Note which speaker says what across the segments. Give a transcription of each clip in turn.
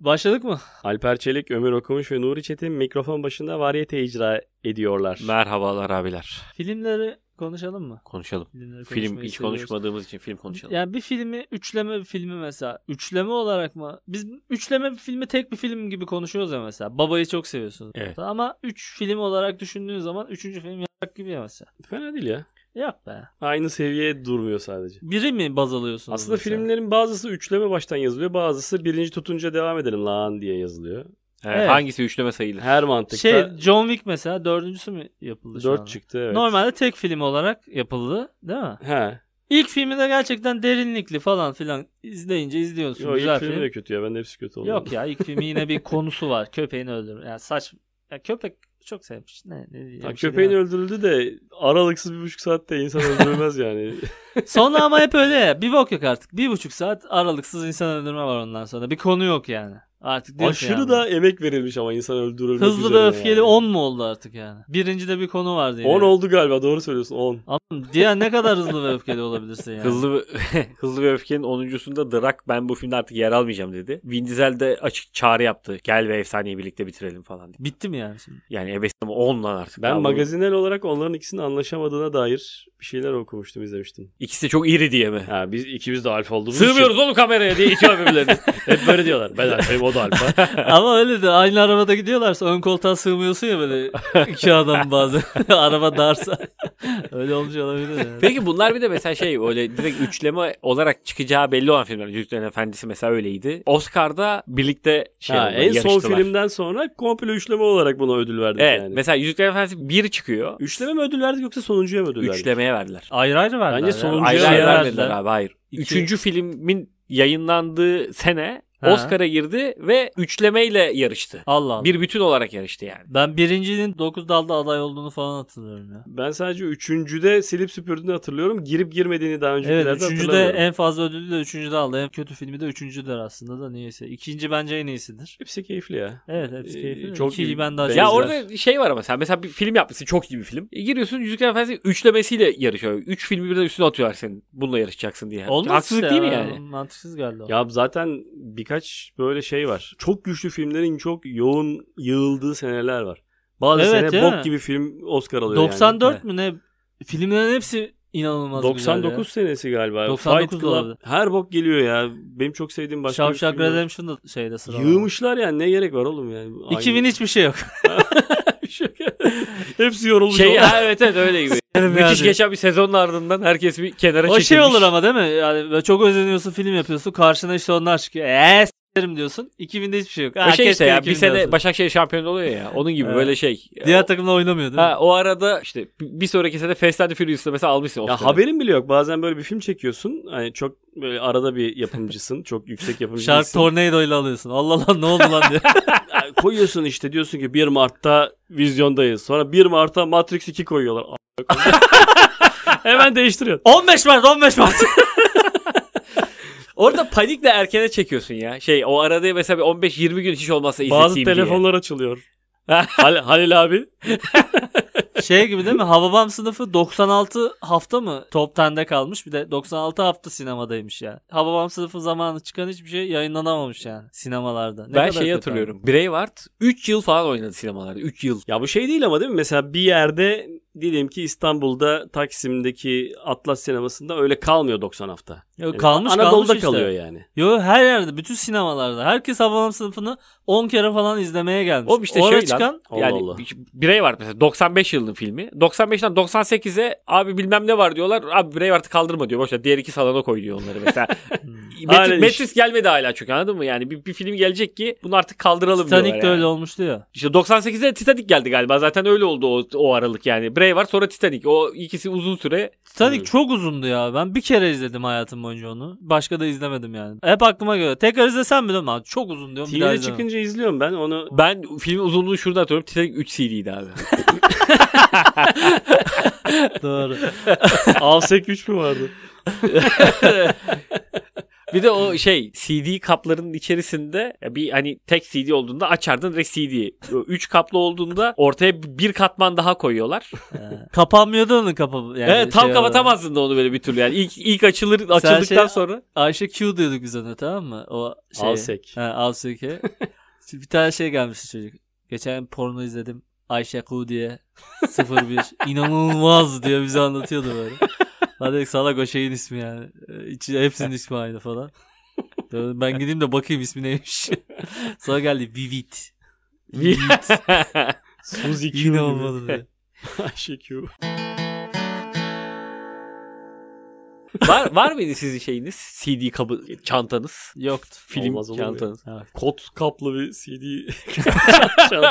Speaker 1: Başladık mı?
Speaker 2: Alper Çelik, Ömür Okumuş ve Nuri Çetin mikrofon başında varyete icra ediyorlar.
Speaker 3: Merhabalar abiler.
Speaker 1: Filmleri konuşalım mı?
Speaker 3: Konuşalım.
Speaker 1: Filmleri
Speaker 3: Film
Speaker 1: konuşmayı
Speaker 3: hiç
Speaker 1: seviyoruz.
Speaker 3: konuşmadığımız için film konuşalım.
Speaker 1: Yani bir filmi üçleme bir filmi mesela. Üçleme olarak mı? Biz üçleme bir filmi tek bir film gibi konuşuyoruz ya mesela. Babayı çok seviyorsunuz.
Speaker 3: Evet.
Speaker 1: Ama üç film olarak düşündüğün zaman üçüncü film yarak gibi ya mesela.
Speaker 2: Fena değil ya.
Speaker 1: Yok be.
Speaker 2: Aynı seviyeye durmuyor sadece.
Speaker 1: Biri mi baz alıyorsunuz?
Speaker 2: Aslında
Speaker 1: mesela?
Speaker 2: filmlerin bazısı üçleme baştan yazılıyor. Bazısı birinci tutunca devam edelim lan diye yazılıyor.
Speaker 3: Evet,
Speaker 1: Evet.
Speaker 3: Hangisi üçleme sayılır?
Speaker 2: Her mantıkta
Speaker 1: Şey John Wick mesela dördüncüsü mü yapıldı şu anda?
Speaker 2: dört çıktı evet.
Speaker 1: Normalde tek film olarak yapıldı değil mi?
Speaker 2: He.
Speaker 1: İlk filmi de gerçekten derinlikli falan filan izleyince izliyorsun.
Speaker 2: Yo,
Speaker 1: Güzel
Speaker 2: ilk filmi
Speaker 1: film.
Speaker 2: de kötü ya. Ben de hepsi kötü oldu.
Speaker 1: Yok ya ilk filmi yine bir konusu var. Köpeğini öldürür. Yani saç ya köpek çok sevmiş. Ne, ne diyeyim,
Speaker 2: Ha,
Speaker 1: bir şey
Speaker 2: köpeğin
Speaker 1: diyemem.
Speaker 2: öldürüldü de aralıksız bir buçuk saatte insan öldürülmez yani.
Speaker 1: Sonra ama hep öyle ya. Bir bok yok artık. Bir buçuk saat aralıksız insan öldürme var ondan sonra. Bir konu yok yani. Artık diyorsun
Speaker 2: Aşırı
Speaker 1: yani.
Speaker 2: da emek verilmiş ama insan öldürülmek
Speaker 1: Hızlı
Speaker 2: üzerine
Speaker 1: ve öfkeli
Speaker 2: yani.
Speaker 1: 10 mu oldu artık yani? Birinci de bir konu vardı yine.
Speaker 2: 10 oldu galiba doğru söylüyorsun 10.
Speaker 1: Ama diğer ne kadar hızlı ve öfkeli olabilirsin yani.
Speaker 3: Hızlı ve, Hızlı ve Öfke'nin 10.sunda Drak ben bu filmde artık yer almayacağım dedi. Vin Diesel de açık çağrı yaptı. Gel ve efsaneyi birlikte bitirelim falan diye.
Speaker 1: Bitti mi yani şimdi?
Speaker 3: Yani ebesi ama 10 lan artık.
Speaker 2: Ben
Speaker 3: Daha bunun-
Speaker 2: magazinel olarak onların ikisinin anlaşamadığına dair bir şeyler okumuştum izlemiştim.
Speaker 3: İkisi de çok iri diye mi?
Speaker 2: Ha biz ikimiz de alfa olduğumuz
Speaker 3: Sığmıyoruz oğlum kameraya diye itiyor birbirlerini.
Speaker 2: için şey. hep böyle diyorlar. Ben alfayım o da alfa.
Speaker 1: Ama öyle de aynı arabada gidiyorlarsa ön koltuğa sığmıyorsun ya böyle iki adam bazen. Araba darsa. öyle olmuş olabilir yani.
Speaker 3: Peki bunlar bir de mesela şey öyle direkt üçleme olarak çıkacağı belli olan filmler. Yüzüklerin Efendisi mesela öyleydi. Oscar'da birlikte şey
Speaker 2: ha,
Speaker 3: oldu,
Speaker 2: en son
Speaker 3: yarıştılar.
Speaker 2: filmden sonra komple üçleme olarak buna ödül verdik
Speaker 3: Evet
Speaker 2: yani.
Speaker 3: mesela Yüzüklerin Efendisi 1 çıkıyor.
Speaker 2: Üçleme mi ödül verdik yoksa sonuncuya mı ödül verdik?
Speaker 3: Üçlemeye verdiler.
Speaker 1: Ayrı ayrı verdiler.
Speaker 2: Bence
Speaker 1: ya.
Speaker 2: sonuncuya
Speaker 3: Ayrı
Speaker 2: Üçlemeye
Speaker 3: ayrı
Speaker 2: verdiler.
Speaker 3: vermediler abi hayır.
Speaker 1: İki-
Speaker 3: Üçüncü filmin yayınlandığı sene
Speaker 1: Ha.
Speaker 3: Oscar'a girdi ve üçlemeyle yarıştı.
Speaker 1: Allah Allah.
Speaker 3: Bir bütün olarak yarıştı yani.
Speaker 1: Ben birincinin 9 dalda aday olduğunu falan hatırlıyorum ya.
Speaker 2: Ben sadece üçüncüde silip süpürdüğünü hatırlıyorum. Girip girmediğini daha
Speaker 1: Evet
Speaker 2: öncekilerde
Speaker 1: üçüncü de
Speaker 2: hatırlamıyorum.
Speaker 1: en fazla ödülü de üçüncüde aldı. En kötü filmi de üçüncüdür aslında da niyeyse. İkinci bence en iyisidir.
Speaker 2: Hepsi keyifli ya.
Speaker 1: Evet hepsi
Speaker 2: Ee,
Speaker 1: keyifli.
Speaker 2: çok
Speaker 1: İkiyi
Speaker 2: iyi.
Speaker 1: ben daha
Speaker 2: Ya
Speaker 1: çok
Speaker 3: Ya
Speaker 2: Benzer.
Speaker 3: orada şey var ama sen mesela bir film yapmışsın çok iyi bir film. E giriyorsun Yüzüklerin Efendisi üçlemesiyle yarışıyor. Üç filmi birden üstüne atıyorlar senin. Bununla yarışacaksın diye.
Speaker 1: Olmaz
Speaker 3: Haksızlık
Speaker 1: işte
Speaker 3: değil mi
Speaker 1: ya,
Speaker 3: yani?
Speaker 1: Mantıksız geldi o.
Speaker 2: Ya zaten birkaç böyle şey var. Çok güçlü filmlerin çok yoğun yığıldığı seneler var. Bazı
Speaker 1: Evet,
Speaker 2: sene
Speaker 1: değil mi?
Speaker 2: bok gibi film Oscar alıyor
Speaker 1: 94
Speaker 2: yani.
Speaker 1: mü ne? Filmlerin hepsi inanılmaz güzel
Speaker 2: 99 senesi galiba.
Speaker 1: 99
Speaker 2: Fight
Speaker 1: da
Speaker 2: Club,
Speaker 1: olabilir.
Speaker 2: Her bok geliyor ya. Benim çok sevdiğim
Speaker 1: ya.
Speaker 2: başka bir
Speaker 1: Shawshank
Speaker 2: film yok.
Speaker 1: Redemption da şeyde sıra.
Speaker 2: Yığmışlar yani ne gerek var oğlum yani. Aynı-
Speaker 1: 2000 hiçbir şey yok.
Speaker 2: Hepsi yorulmuş.
Speaker 3: Şey
Speaker 2: oldu.
Speaker 3: ha, evet evet öyle gibi. Müthiş
Speaker 1: yani.
Speaker 3: geçen bir sezonun ardından herkes bir kenara
Speaker 1: O
Speaker 3: çekilmiş.
Speaker 1: şey olur ama değil mi? Yani böyle çok özeniyorsun film yapıyorsun. Karşına işte onlar çıkıyor. Eee s**erim diyorsun. 2000'de hiçbir şey yok.
Speaker 3: O
Speaker 1: Ha,
Speaker 3: şey işte
Speaker 1: keşke
Speaker 3: ya bir
Speaker 1: 2000
Speaker 3: sene
Speaker 1: olsa.
Speaker 3: Başakşehir şampiyonu oluyor ya. Onun gibi
Speaker 1: Evet.
Speaker 3: böyle şey.
Speaker 1: Diğer takımla oynamıyor değil mi?
Speaker 3: Ha, o arada işte bir sonraki sene Fast and Furious'ta mesela almışsın
Speaker 2: Ya
Speaker 3: Oscar'ı.
Speaker 2: haberin bile yok. Bazen böyle bir film çekiyorsun. Hani çok böyle arada bir yapımcısın. çok yüksek yapımcı
Speaker 1: Shark
Speaker 2: değilsin.
Speaker 1: Tornado ile alıyorsun. Allah Allah ne oldu lan diye.
Speaker 2: Yani koyuyorsun işte diyorsun ki 1 Mart'ta vizyondayız. Sonra 1 Mart'ta Matrix 2 koyuyorlar. A- koyuyor. Hemen değiştiriyor.
Speaker 1: 15 Mart 15 Mart.
Speaker 3: Orada panikle erkene çekiyorsun ya. Şey o arada mesela bir 15-20 gün hiç olmazsa izleteyim
Speaker 2: Bazı
Speaker 3: diye.
Speaker 2: telefonlar açılıyor. Hal- Halil abi.
Speaker 1: şey gibi değil mi? Hababam sınıfı 96 hafta mı Top 10'de kalmış. Bir de 96 hafta sinemadaymış yani. Hababam sınıfı zamanı çıkan hiçbir şey yayınlanamamış yani sinemalarda. Ne
Speaker 3: ben
Speaker 1: kadar kötü
Speaker 3: şeyi hatırlıyorum. Braveheart 3 yıl falan oynadı sinemalarda. 3 yıl.
Speaker 2: Ya bu şey değil ama değil mi? Mesela bir yerde diyelim ki İstanbul'da Taksim'deki Atlas sinemasında öyle kalmıyor 90 hafta.
Speaker 1: abi. Yok,
Speaker 2: Yani
Speaker 1: kalmış
Speaker 2: Anadolu'da
Speaker 1: kalmış
Speaker 2: kalıyor
Speaker 1: işte.
Speaker 2: yani.
Speaker 1: Yo her yerde bütün sinemalarda. Herkes Hababam sınıfını 10 kere falan izlemeye gelmiş.
Speaker 3: Oğlum işte
Speaker 1: Orada
Speaker 3: şey lan.
Speaker 1: çıkan
Speaker 2: Allah
Speaker 3: yani
Speaker 2: Allah.
Speaker 3: Braveheart mesela 95 yılının filmi. 95'ten 98'e abi bilmem ne var diyorlar. Abi Braveheart'ı kaldırma diyor. Boşver diğer iki salona koy diyor onları mesela.
Speaker 2: Aynen
Speaker 3: Met-
Speaker 2: iş.
Speaker 3: Matrix gelmedi hala çünkü anladın mı? Yani bir, bir film gelecek ki bunu artık kaldıralım diyorlar.
Speaker 1: Titanic de
Speaker 3: yani.
Speaker 1: öyle olmuştu ya.
Speaker 3: İşte 98'de Titanic geldi galiba. Zaten öyle oldu o, o aralık yani. Braveheart sonra Titanic. O ikisi uzun süre
Speaker 1: Titanic
Speaker 2: Hmm.
Speaker 1: çok uzundu ya. Ben bir kere izledim hayatım boyunca onu. Başka da izlemedim yani. Hep aklıma göre. Tekrar izlesem mi lan? Çok uzun diyorum. Bir daha
Speaker 2: TV'de
Speaker 1: izlemem.
Speaker 2: çıkınca izliyorum ben onu.
Speaker 3: Ben filmin uzunluğunu şurada hatırlıyorum. Titanic 3 CD'ydi abi.
Speaker 1: Doğru.
Speaker 2: Alsek 3 mü vardı?
Speaker 3: Bir de o şey CD kaplarının içerisinde ya bir hani tek CD olduğunda açardın direkt CD. O Üç kaplı olduğunda ortaya bir katman daha koyuyorlar.
Speaker 1: Ee, Kapanmıyordu onun kapı. Yani
Speaker 3: evet, tam
Speaker 1: şey olarak.
Speaker 3: kapatamazdın da onu böyle bir türlü yani. İlk, ilk açılır, açıldıktan
Speaker 1: şey-
Speaker 3: sonra.
Speaker 1: Ayşe Q diyorduk biz ona tamam mı? O şey.
Speaker 2: Alsek.
Speaker 1: He, Alseke. Şimdi bir tane şey gelmişti çocuk. Geçen porno izledim. Ayşe Ku diye 01 inanılmaz diye bize anlatıyordu böyle. Lan dedik salak o şeyin ismi yani. Ee, İçi, hepsinin ismi aynı falan. Dedim, Ben gideyim de bakayım ismi neymiş. Sonra geldi Vivid. Vivid.
Speaker 2: Suzy Q
Speaker 1: Yine
Speaker 2: gibi.
Speaker 1: olmadı diye.
Speaker 2: Ayşe Q.
Speaker 3: var, var mıydı sizin şeyiniz? CD kabı, çantanız?
Speaker 1: Yoktu.
Speaker 3: Film
Speaker 2: Olmaz olur mu ya?
Speaker 3: çantanız.
Speaker 1: Evet.
Speaker 2: Kot kaplı bir CD.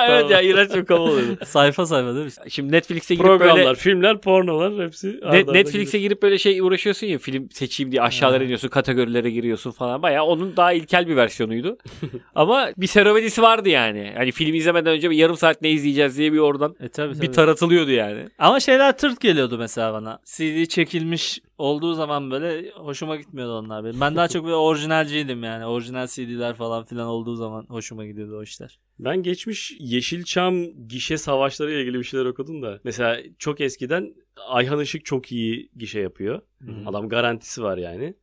Speaker 3: evet ya iğrenç bir kabı oluyordu.
Speaker 1: Sayfa sayfa değil mi?
Speaker 3: Şimdi Netflix'e girip
Speaker 2: Programlar,
Speaker 3: böyle
Speaker 2: filmler, pornolar hepsi. ardı
Speaker 3: Net-
Speaker 2: arda
Speaker 3: Netflix'e
Speaker 2: gidiyor.
Speaker 3: girip böyle şey uğraşıyorsun ya film seçeyim diye aşağılara
Speaker 1: Ha.
Speaker 3: iniyorsun kategorilere giriyorsun falan baya onun daha ilkel bir versiyonuydu. Ama bir serüvenisi vardı yani. Hani film izlemeden önce bir yarım saat ne izleyeceğiz diye bir oradan
Speaker 1: E tabii tabii.
Speaker 3: bir taratılıyordu yani.
Speaker 1: Ama şeyler tırt geliyordu mesela bana. CD çekilmiş olduğu zaman böyle hoşuma gitmiyordu onlar benim. Ben daha çok böyle orijinalciydim yani. Orijinal CD'ler falan filan olduğu zaman hoşuma gidiyordu o işler.
Speaker 2: Ben geçmiş Yeşilçam gişe savaşları ile ilgili bir şeyler okudum da. Mesela çok eskiden Ayhan Işık çok iyi gişe yapıyor. Adam garantisi var yani.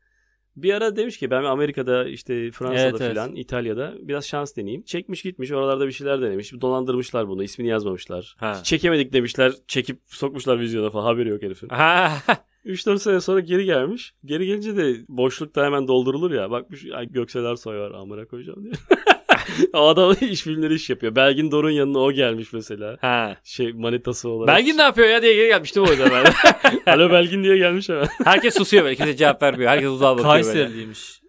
Speaker 2: Bir ara demiş ki ben Amerika'da işte Fransa'da
Speaker 1: Evet, evet.
Speaker 2: filan İtalya'da biraz şans deneyeyim. Çekmiş gitmiş oralarda bir şeyler denemiş. Dolandırmışlar bunu ismini yazmamışlar.
Speaker 3: Ha.
Speaker 2: Çekemedik demişler çekip sokmuşlar vizyona falan haberi yok herifin.
Speaker 3: Ha.
Speaker 2: 3-4 sene sonra geri gelmiş. Geri gelince de boşluk da hemen doldurulur ya. Bakmış "Ay, Göksel Ersoy var amına koyacağım diye. o adam iş filmleri iş yapıyor. Belgin Dorun yanına o gelmiş mesela.
Speaker 3: ha.
Speaker 2: Şey manitası olarak.
Speaker 3: Belgin ne yapıyor ya diye geri gelmiştim o yüzden ben.
Speaker 2: Alo Belgin diye gelmiş hemen.
Speaker 3: Herkes susuyor böyle kimse cevap vermiyor. Herkes uzağa bakıyor böyle.
Speaker 1: Kayseriliymiş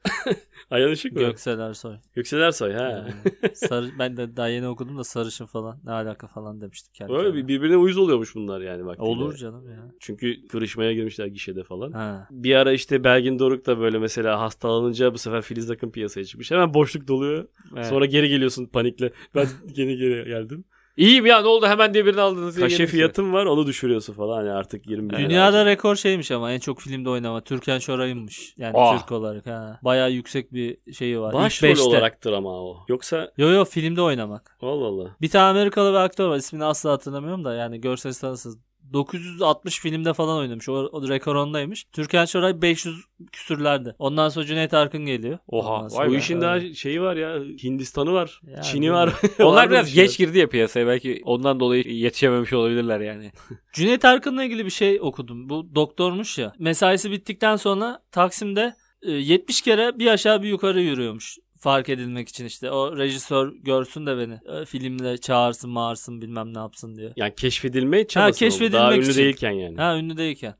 Speaker 2: Ayhan Işık mı?
Speaker 1: Göksel Ersoy.
Speaker 2: Göksel Ersoy ha.
Speaker 1: Yani sarı, ben de daha yeni okudum da sarışın falan ne alaka falan demiştim kendi
Speaker 2: Böyle
Speaker 1: kendime.
Speaker 2: bir, birbirine uyuz oluyormuş bunlar yani vaktiyle.
Speaker 1: Olur canım ya.
Speaker 2: Çünkü kırışmaya girmişler gişede falan.
Speaker 1: Ha.
Speaker 2: Bir ara işte Belgin Doruk da böyle mesela hastalanınca bu sefer Filiz Akın piyasaya çıkmış. Hemen boşluk doluyor.
Speaker 3: Evet.
Speaker 2: Sonra geri geliyorsun panikle. Ben gene geri geldim.
Speaker 3: İyiyim ya ne oldu hemen diye birini aldınız. diye
Speaker 2: Kaşe
Speaker 3: gelmiştim.
Speaker 2: fiyatım var onu düşürüyorsun falan. Yani artık 20 bin.
Speaker 1: Dünyada rekor şeymiş ama en çok filmde oynama. Türkan Şoray'ınmış. Yani
Speaker 3: Ah.
Speaker 1: Türk olarak. Ha. Bayağı yüksek bir şeyi var. İlk
Speaker 2: başrol
Speaker 1: beşte.
Speaker 2: olaraktır ama o. Yoksa
Speaker 1: Yo yo filmde oynamak.
Speaker 2: Allah Allah.
Speaker 1: Bir tane Amerikalı bir aktör var. İsmini asla hatırlamıyorum da yani görseniz tanırsınız. 960 filmde falan oynamış. O, o rekor ondaymış. Türkan Şoray 500 küsürlerde. Ondan sonra Cüneyt Arkın geliyor.
Speaker 3: Oha,
Speaker 1: Ondan sonra-
Speaker 3: vay
Speaker 2: bu
Speaker 3: be.
Speaker 2: işin daha şeyi var ya. Hindistan'ı var.
Speaker 1: Yani
Speaker 2: Çin'i var.
Speaker 3: Onlar
Speaker 2: Vardır
Speaker 3: biraz
Speaker 2: bir şey. şeyler.
Speaker 3: geç girdi ya piyasaya. Belki ondan dolayı yetişememiş olabilirler yani.
Speaker 1: Cüneyt Arkın'la ilgili bir şey okudum. Bu doktormuş ya. Mesaisi bittikten sonra Taksim'de e, 70 kere bir aşağı bir yukarı yürüyormuş. Fark edilmek için işte. O rejisör görsün de beni. E, Filmle çağırsın mağırsın bilmem ne yapsın diye.
Speaker 2: Yani keşfedilmeye çabası. Ha,
Speaker 1: keşfedilmek
Speaker 2: Daha ünlü
Speaker 1: için.
Speaker 2: değilken yani.
Speaker 1: Ha ünlü değilken.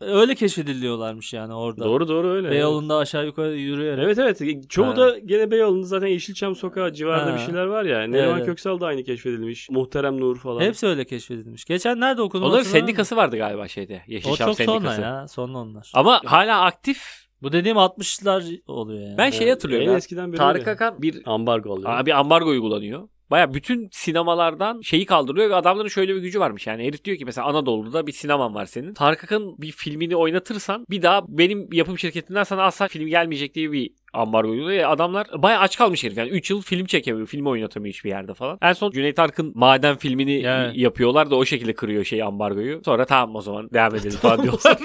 Speaker 1: Öyle keşfediliyorlarmış yani orada.
Speaker 2: Doğru doğru öyle.
Speaker 1: Beyoğlu'nda aşağı yukarı yürüyor.
Speaker 2: Evet evet. Çoğu
Speaker 1: Ha.
Speaker 2: da gene Beyoğlu'nda zaten Yeşilçam sokağı civarında
Speaker 1: Ha.
Speaker 2: bir şeyler var ya. Neriman
Speaker 1: Evet.
Speaker 2: Köksal da aynı keşfedilmiş. Muhterem Nur falan.
Speaker 1: Hepsi öyle keşfedilmiş. Geçen nerede okudum?
Speaker 3: Onların
Speaker 1: hatırlamıyorum.
Speaker 3: sendikası vardı galiba şeyde.
Speaker 1: O
Speaker 3: Yeşilçam
Speaker 1: çok
Speaker 3: sendikası.
Speaker 1: sonra ya. Sonra onlar.
Speaker 3: Ama hala aktif.
Speaker 1: Bu dediğim 60'lar oluyor yani.
Speaker 2: Ee,
Speaker 3: Ben şeyi hatırlıyorum
Speaker 2: En
Speaker 3: ya.
Speaker 2: eskiden beri
Speaker 3: Tarık
Speaker 2: öyle.
Speaker 3: Akan bir
Speaker 2: Ambargo oluyor.
Speaker 3: Aa, bir ambargo uygulanıyor. Baya bütün sinemalardan şeyi kaldırıyor ve adamların şöyle bir gücü varmış. Yani herif diyor ki mesela Anadolu'da bir sineman var senin. Tarık Akın bir filmini oynatırsan bir daha benim yapım şirketimden sana asla film gelmeyecek diye bir ambargo uyguluyor. Ya Adamlar baya aç kalmış herif. Yani 3 yıl film çekemiyor. Film oynatamıyor hiçbir yerde falan. En son Cüneyt Arkın maden filmini
Speaker 1: Yani.
Speaker 3: yapıyorlar da o şekilde kırıyor şey ambargoyu. Sonra tamam o zaman devam edelim falan diyorlar.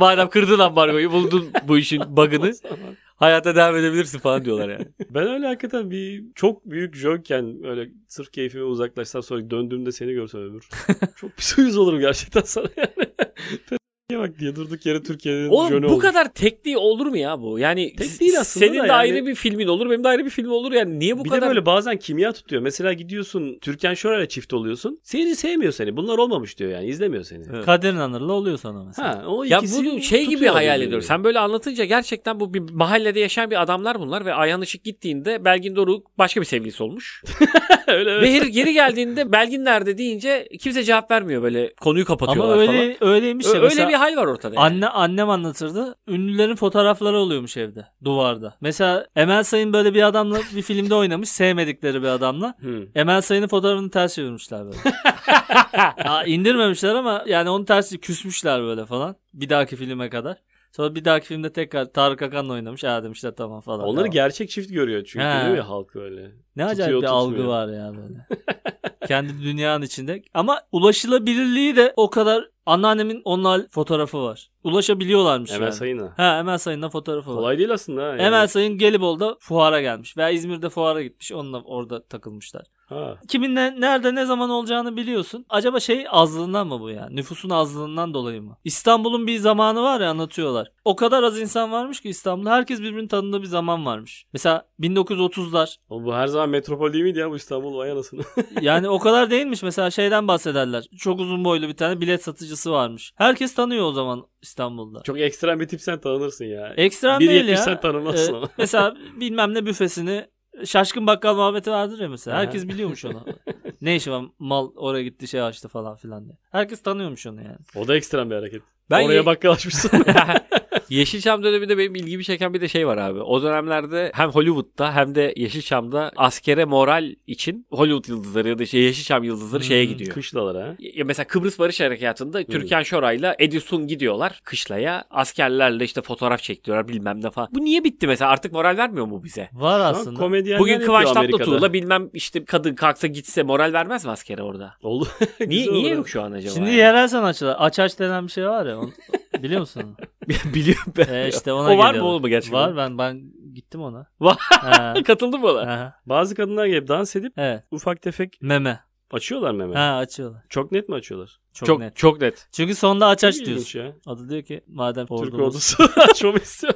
Speaker 3: Madem kırdın ambargoyu buldun bu işin bug'ını hayata devam edebilirsin falan diyorlar yani.
Speaker 2: Ben öyle hakikaten bir çok büyük jokken öyle sırf keyfime uzaklaşsam sonra döndüğümde seni görsem ömür. çok pis uyuz olurum gerçekten sana yani. Pe- bak diye durduk yere Türkiye'nin
Speaker 3: Oğlum
Speaker 2: jönü
Speaker 3: bu
Speaker 2: olmuş.
Speaker 3: kadar tekliği olur mu ya bu? Yani
Speaker 2: Tek değil aslında
Speaker 3: senin
Speaker 2: da
Speaker 3: de
Speaker 2: yani.
Speaker 3: ayrı bir filmin olur, benim de ayrı bir filmim olur. Yani niye bu
Speaker 2: bir
Speaker 3: kadar
Speaker 2: de böyle bazen kimya tutuyor. Mesela gidiyorsun Türkan Şoray'la çift oluyorsun. Seni sevmiyor seni. Bunlar olmamış diyor yani. izlemiyor seni.
Speaker 3: Evet.
Speaker 1: Kadir İnanır'la oluyor sonra mesela.
Speaker 2: Ha, o
Speaker 3: ya
Speaker 2: ikisi
Speaker 3: bunu şey gibi
Speaker 2: tutuyor
Speaker 3: hayal
Speaker 2: birbirini.
Speaker 3: ediyorum. Sen böyle anlatınca gerçekten bu bir mahallede yaşayan bir adamlar bunlar ve Ayhan Işık gittiğinde Belgin Doruk başka bir sevgilisi olmuş.
Speaker 2: öyle öyle.
Speaker 3: ve her- geri geldiğinde Belgin nerede deyince kimse cevap vermiyor böyle konuyu
Speaker 1: Ama
Speaker 3: kapatıyorlar
Speaker 1: öyle
Speaker 3: falan.
Speaker 1: öyleymiş ya.
Speaker 3: Ö- öyle
Speaker 1: Mesela
Speaker 3: bir hal var ortada. yani.
Speaker 1: Anne annem anlatırdı. Ünlülerin fotoğrafları oluyormuş evde, duvarda. Mesela Emel Sayın böyle bir adamla bir filmde oynamış, sevmedikleri bir adamla.
Speaker 2: Hı.
Speaker 1: Emel Sayın'ın fotoğrafını ters çevirmişler böyle. ya indirmemişler ama yani onu ters küsmüşler böyle falan. Bir dahaki filme kadar. Sonra bir dahaki filmde tekrar Tarık Akan'la oynamış. Ha demişler tamam falan.
Speaker 2: Onları
Speaker 1: Tamam.
Speaker 2: gerçek çift görüyor çünkü
Speaker 1: He.
Speaker 2: değil mi halk öyle.
Speaker 1: Ne acayip
Speaker 2: tutuyor,
Speaker 1: bir algı
Speaker 2: tutmuyor.
Speaker 1: var ya böyle. Kendi dünyanın içinde. Ama ulaşılabilirliği de o kadar anneannemin onunla fotoğrafı var. Ulaşabiliyorlarmış
Speaker 2: Emel
Speaker 1: yani.
Speaker 2: Sayın'a.
Speaker 1: Ha Emel Sayın'la fotoğrafı var.
Speaker 2: Kolay değil aslında. ha Yani.
Speaker 1: Emel Sayın Gelibolu'da fuara gelmiş veya İzmir'de fuara gitmiş. Onunla orada takılmışlar.
Speaker 2: Ha.
Speaker 1: Kimin ne- nerede ne zaman olacağını biliyorsun. Acaba şey azlığından mı bu ya? Nüfusun azlığından dolayı mı? İstanbul'un bir zamanı var ya anlatıyorlar. O kadar az insan varmış ki İstanbul'da herkes birbirini tanıdığı bir zaman varmış. Mesela 1930'lar
Speaker 2: Oğlum bu her zaman metropol değil miydi ya bu İstanbul vay anasını.
Speaker 1: yani o kadar değilmiş mesela şeyden bahsederler. Çok uzun boylu bir tane bilet satıcısı varmış. Herkes tanıyor o zaman İstanbul'da.
Speaker 2: Çok ekstrem bir tipsen tanınırsın ya.
Speaker 1: Ekstrem değil ya.
Speaker 2: 1.70'sen tanınmazsın
Speaker 1: Ee,
Speaker 2: ama.
Speaker 1: mesela bilmem ne büfesini şaşkın bakkal muhabbeti vardır ya mesela.
Speaker 2: Aha.
Speaker 1: Herkes biliyormuş onu. ne işi var mal oraya gitti şey açtı falan filan diye. Herkes tanıyormuş onu yani.
Speaker 2: O da ekstrem bir hareket.
Speaker 3: Ben
Speaker 2: Oraya
Speaker 3: ye-
Speaker 2: bakkalaşmışsın.
Speaker 3: Yeşilçam döneminde benim ilgimi çeken bir de şey var abi. O dönemlerde hem Hollywood'da hem de Yeşilçam'da askere moral için Hollywood yıldızları ya da işte Yeşilçam yıldızları şeye
Speaker 1: Hmm,
Speaker 3: gidiyor.
Speaker 2: Kışlalar ha.
Speaker 3: Ya mesela Kıbrıs Barış Harekatı'nda
Speaker 2: Hmm.
Speaker 3: Türkan Şoray'la Edison gidiyorlar kışlaya. Askerlerle işte fotoğraf çektiriyorlar bilmem ne falan. Bu niye bitti mesela? Artık moral vermiyor mu bize?
Speaker 1: Var
Speaker 2: Aslında.
Speaker 1: aslında.
Speaker 2: Komedyenler
Speaker 3: Bugün
Speaker 2: yapıyor
Speaker 3: Kıvanç
Speaker 2: Amerika'da.
Speaker 3: Tatlıtuğ'la bilmem işte kadın kalksa gitse moral vermez mi askere orada?
Speaker 2: Oldu.
Speaker 3: Niye,
Speaker 2: Güzel
Speaker 3: niye
Speaker 2: olur.
Speaker 3: yok şu an acaba?
Speaker 1: Şimdi
Speaker 3: yani?
Speaker 1: yerel sanatçılar aç aç denen bir şey var ya. onu- biliyor musun?
Speaker 3: Biliyorum ben.
Speaker 1: Ee, işte ona
Speaker 3: o var mı
Speaker 1: geliyorlar.
Speaker 3: oğlum gerçekten?
Speaker 1: Var ben ben gittim ona.
Speaker 3: Var.
Speaker 1: Ha,
Speaker 3: Katıldı mı ona?
Speaker 1: aha,
Speaker 2: Bazı kadınlar gelip dans edip
Speaker 1: Evet.
Speaker 2: ufak tefek
Speaker 1: Meme.
Speaker 2: açıyorlar meme.
Speaker 1: Ha açıyorlar.
Speaker 2: Çok net mi açıyorlar?
Speaker 1: Çok,
Speaker 3: çok,
Speaker 1: net.
Speaker 3: çok net.
Speaker 1: Çünkü sonda aç aç
Speaker 2: Çok
Speaker 1: diyorsun.
Speaker 2: ilginç ya.
Speaker 1: Adı diyor ki madem
Speaker 2: Türk
Speaker 1: ordumuz
Speaker 2: ordusu açmamı istiyor.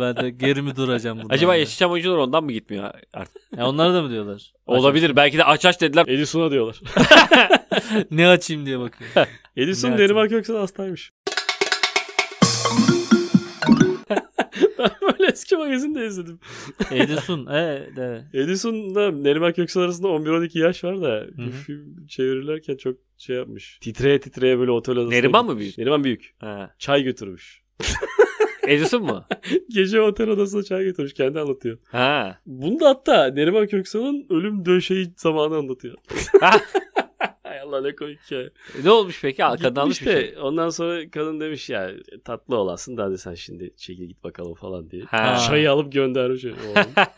Speaker 1: ben de geri mi duracağım bundan?
Speaker 3: Acaba
Speaker 1: diyor.
Speaker 3: Yeşilçam oyuncular ondan mı gitmiyor artık?
Speaker 1: Ya onlara da mı diyorlar?
Speaker 3: Olabilir. Belki de aç aç dediler.
Speaker 2: Edison'a diyorlar.
Speaker 1: ne açayım diye bakıyor.
Speaker 2: Edison
Speaker 1: Ne
Speaker 2: Neriman Köksal hastaymış. ben böyle eski magazinde izledim.
Speaker 1: Edison. Evet, evet.
Speaker 2: Edison'la Neriman Köksal arasında 11-12 yaş var da
Speaker 1: Hı hı.
Speaker 2: bir film çevirirlerken çok şey yapmış. Titreye titreye böyle otel odasına
Speaker 3: Neriman
Speaker 2: gitmiş.
Speaker 3: mı büyük?
Speaker 2: Neriman büyük.
Speaker 3: Ha.
Speaker 2: Çay götürmüş.
Speaker 3: Edison mu?
Speaker 2: Gece otel odasına çay götürmüş. Kendi anlatıyor.
Speaker 3: Ha.
Speaker 2: Bunu da hatta Neriman Köksal'ın ölüm döşeği zamanı anlatıyor. Hay Allah ne komik hikaye.
Speaker 3: Ne olmuş peki? Ha, Kadın almış
Speaker 2: Gitmiş
Speaker 3: bir
Speaker 2: de
Speaker 3: şey.
Speaker 2: ondan sonra kadın demiş ya tatlı olasın da hadi sen şimdi çekil git bakalım falan diye.
Speaker 3: Ha.
Speaker 2: Çayı alıp göndermiş. oğlum.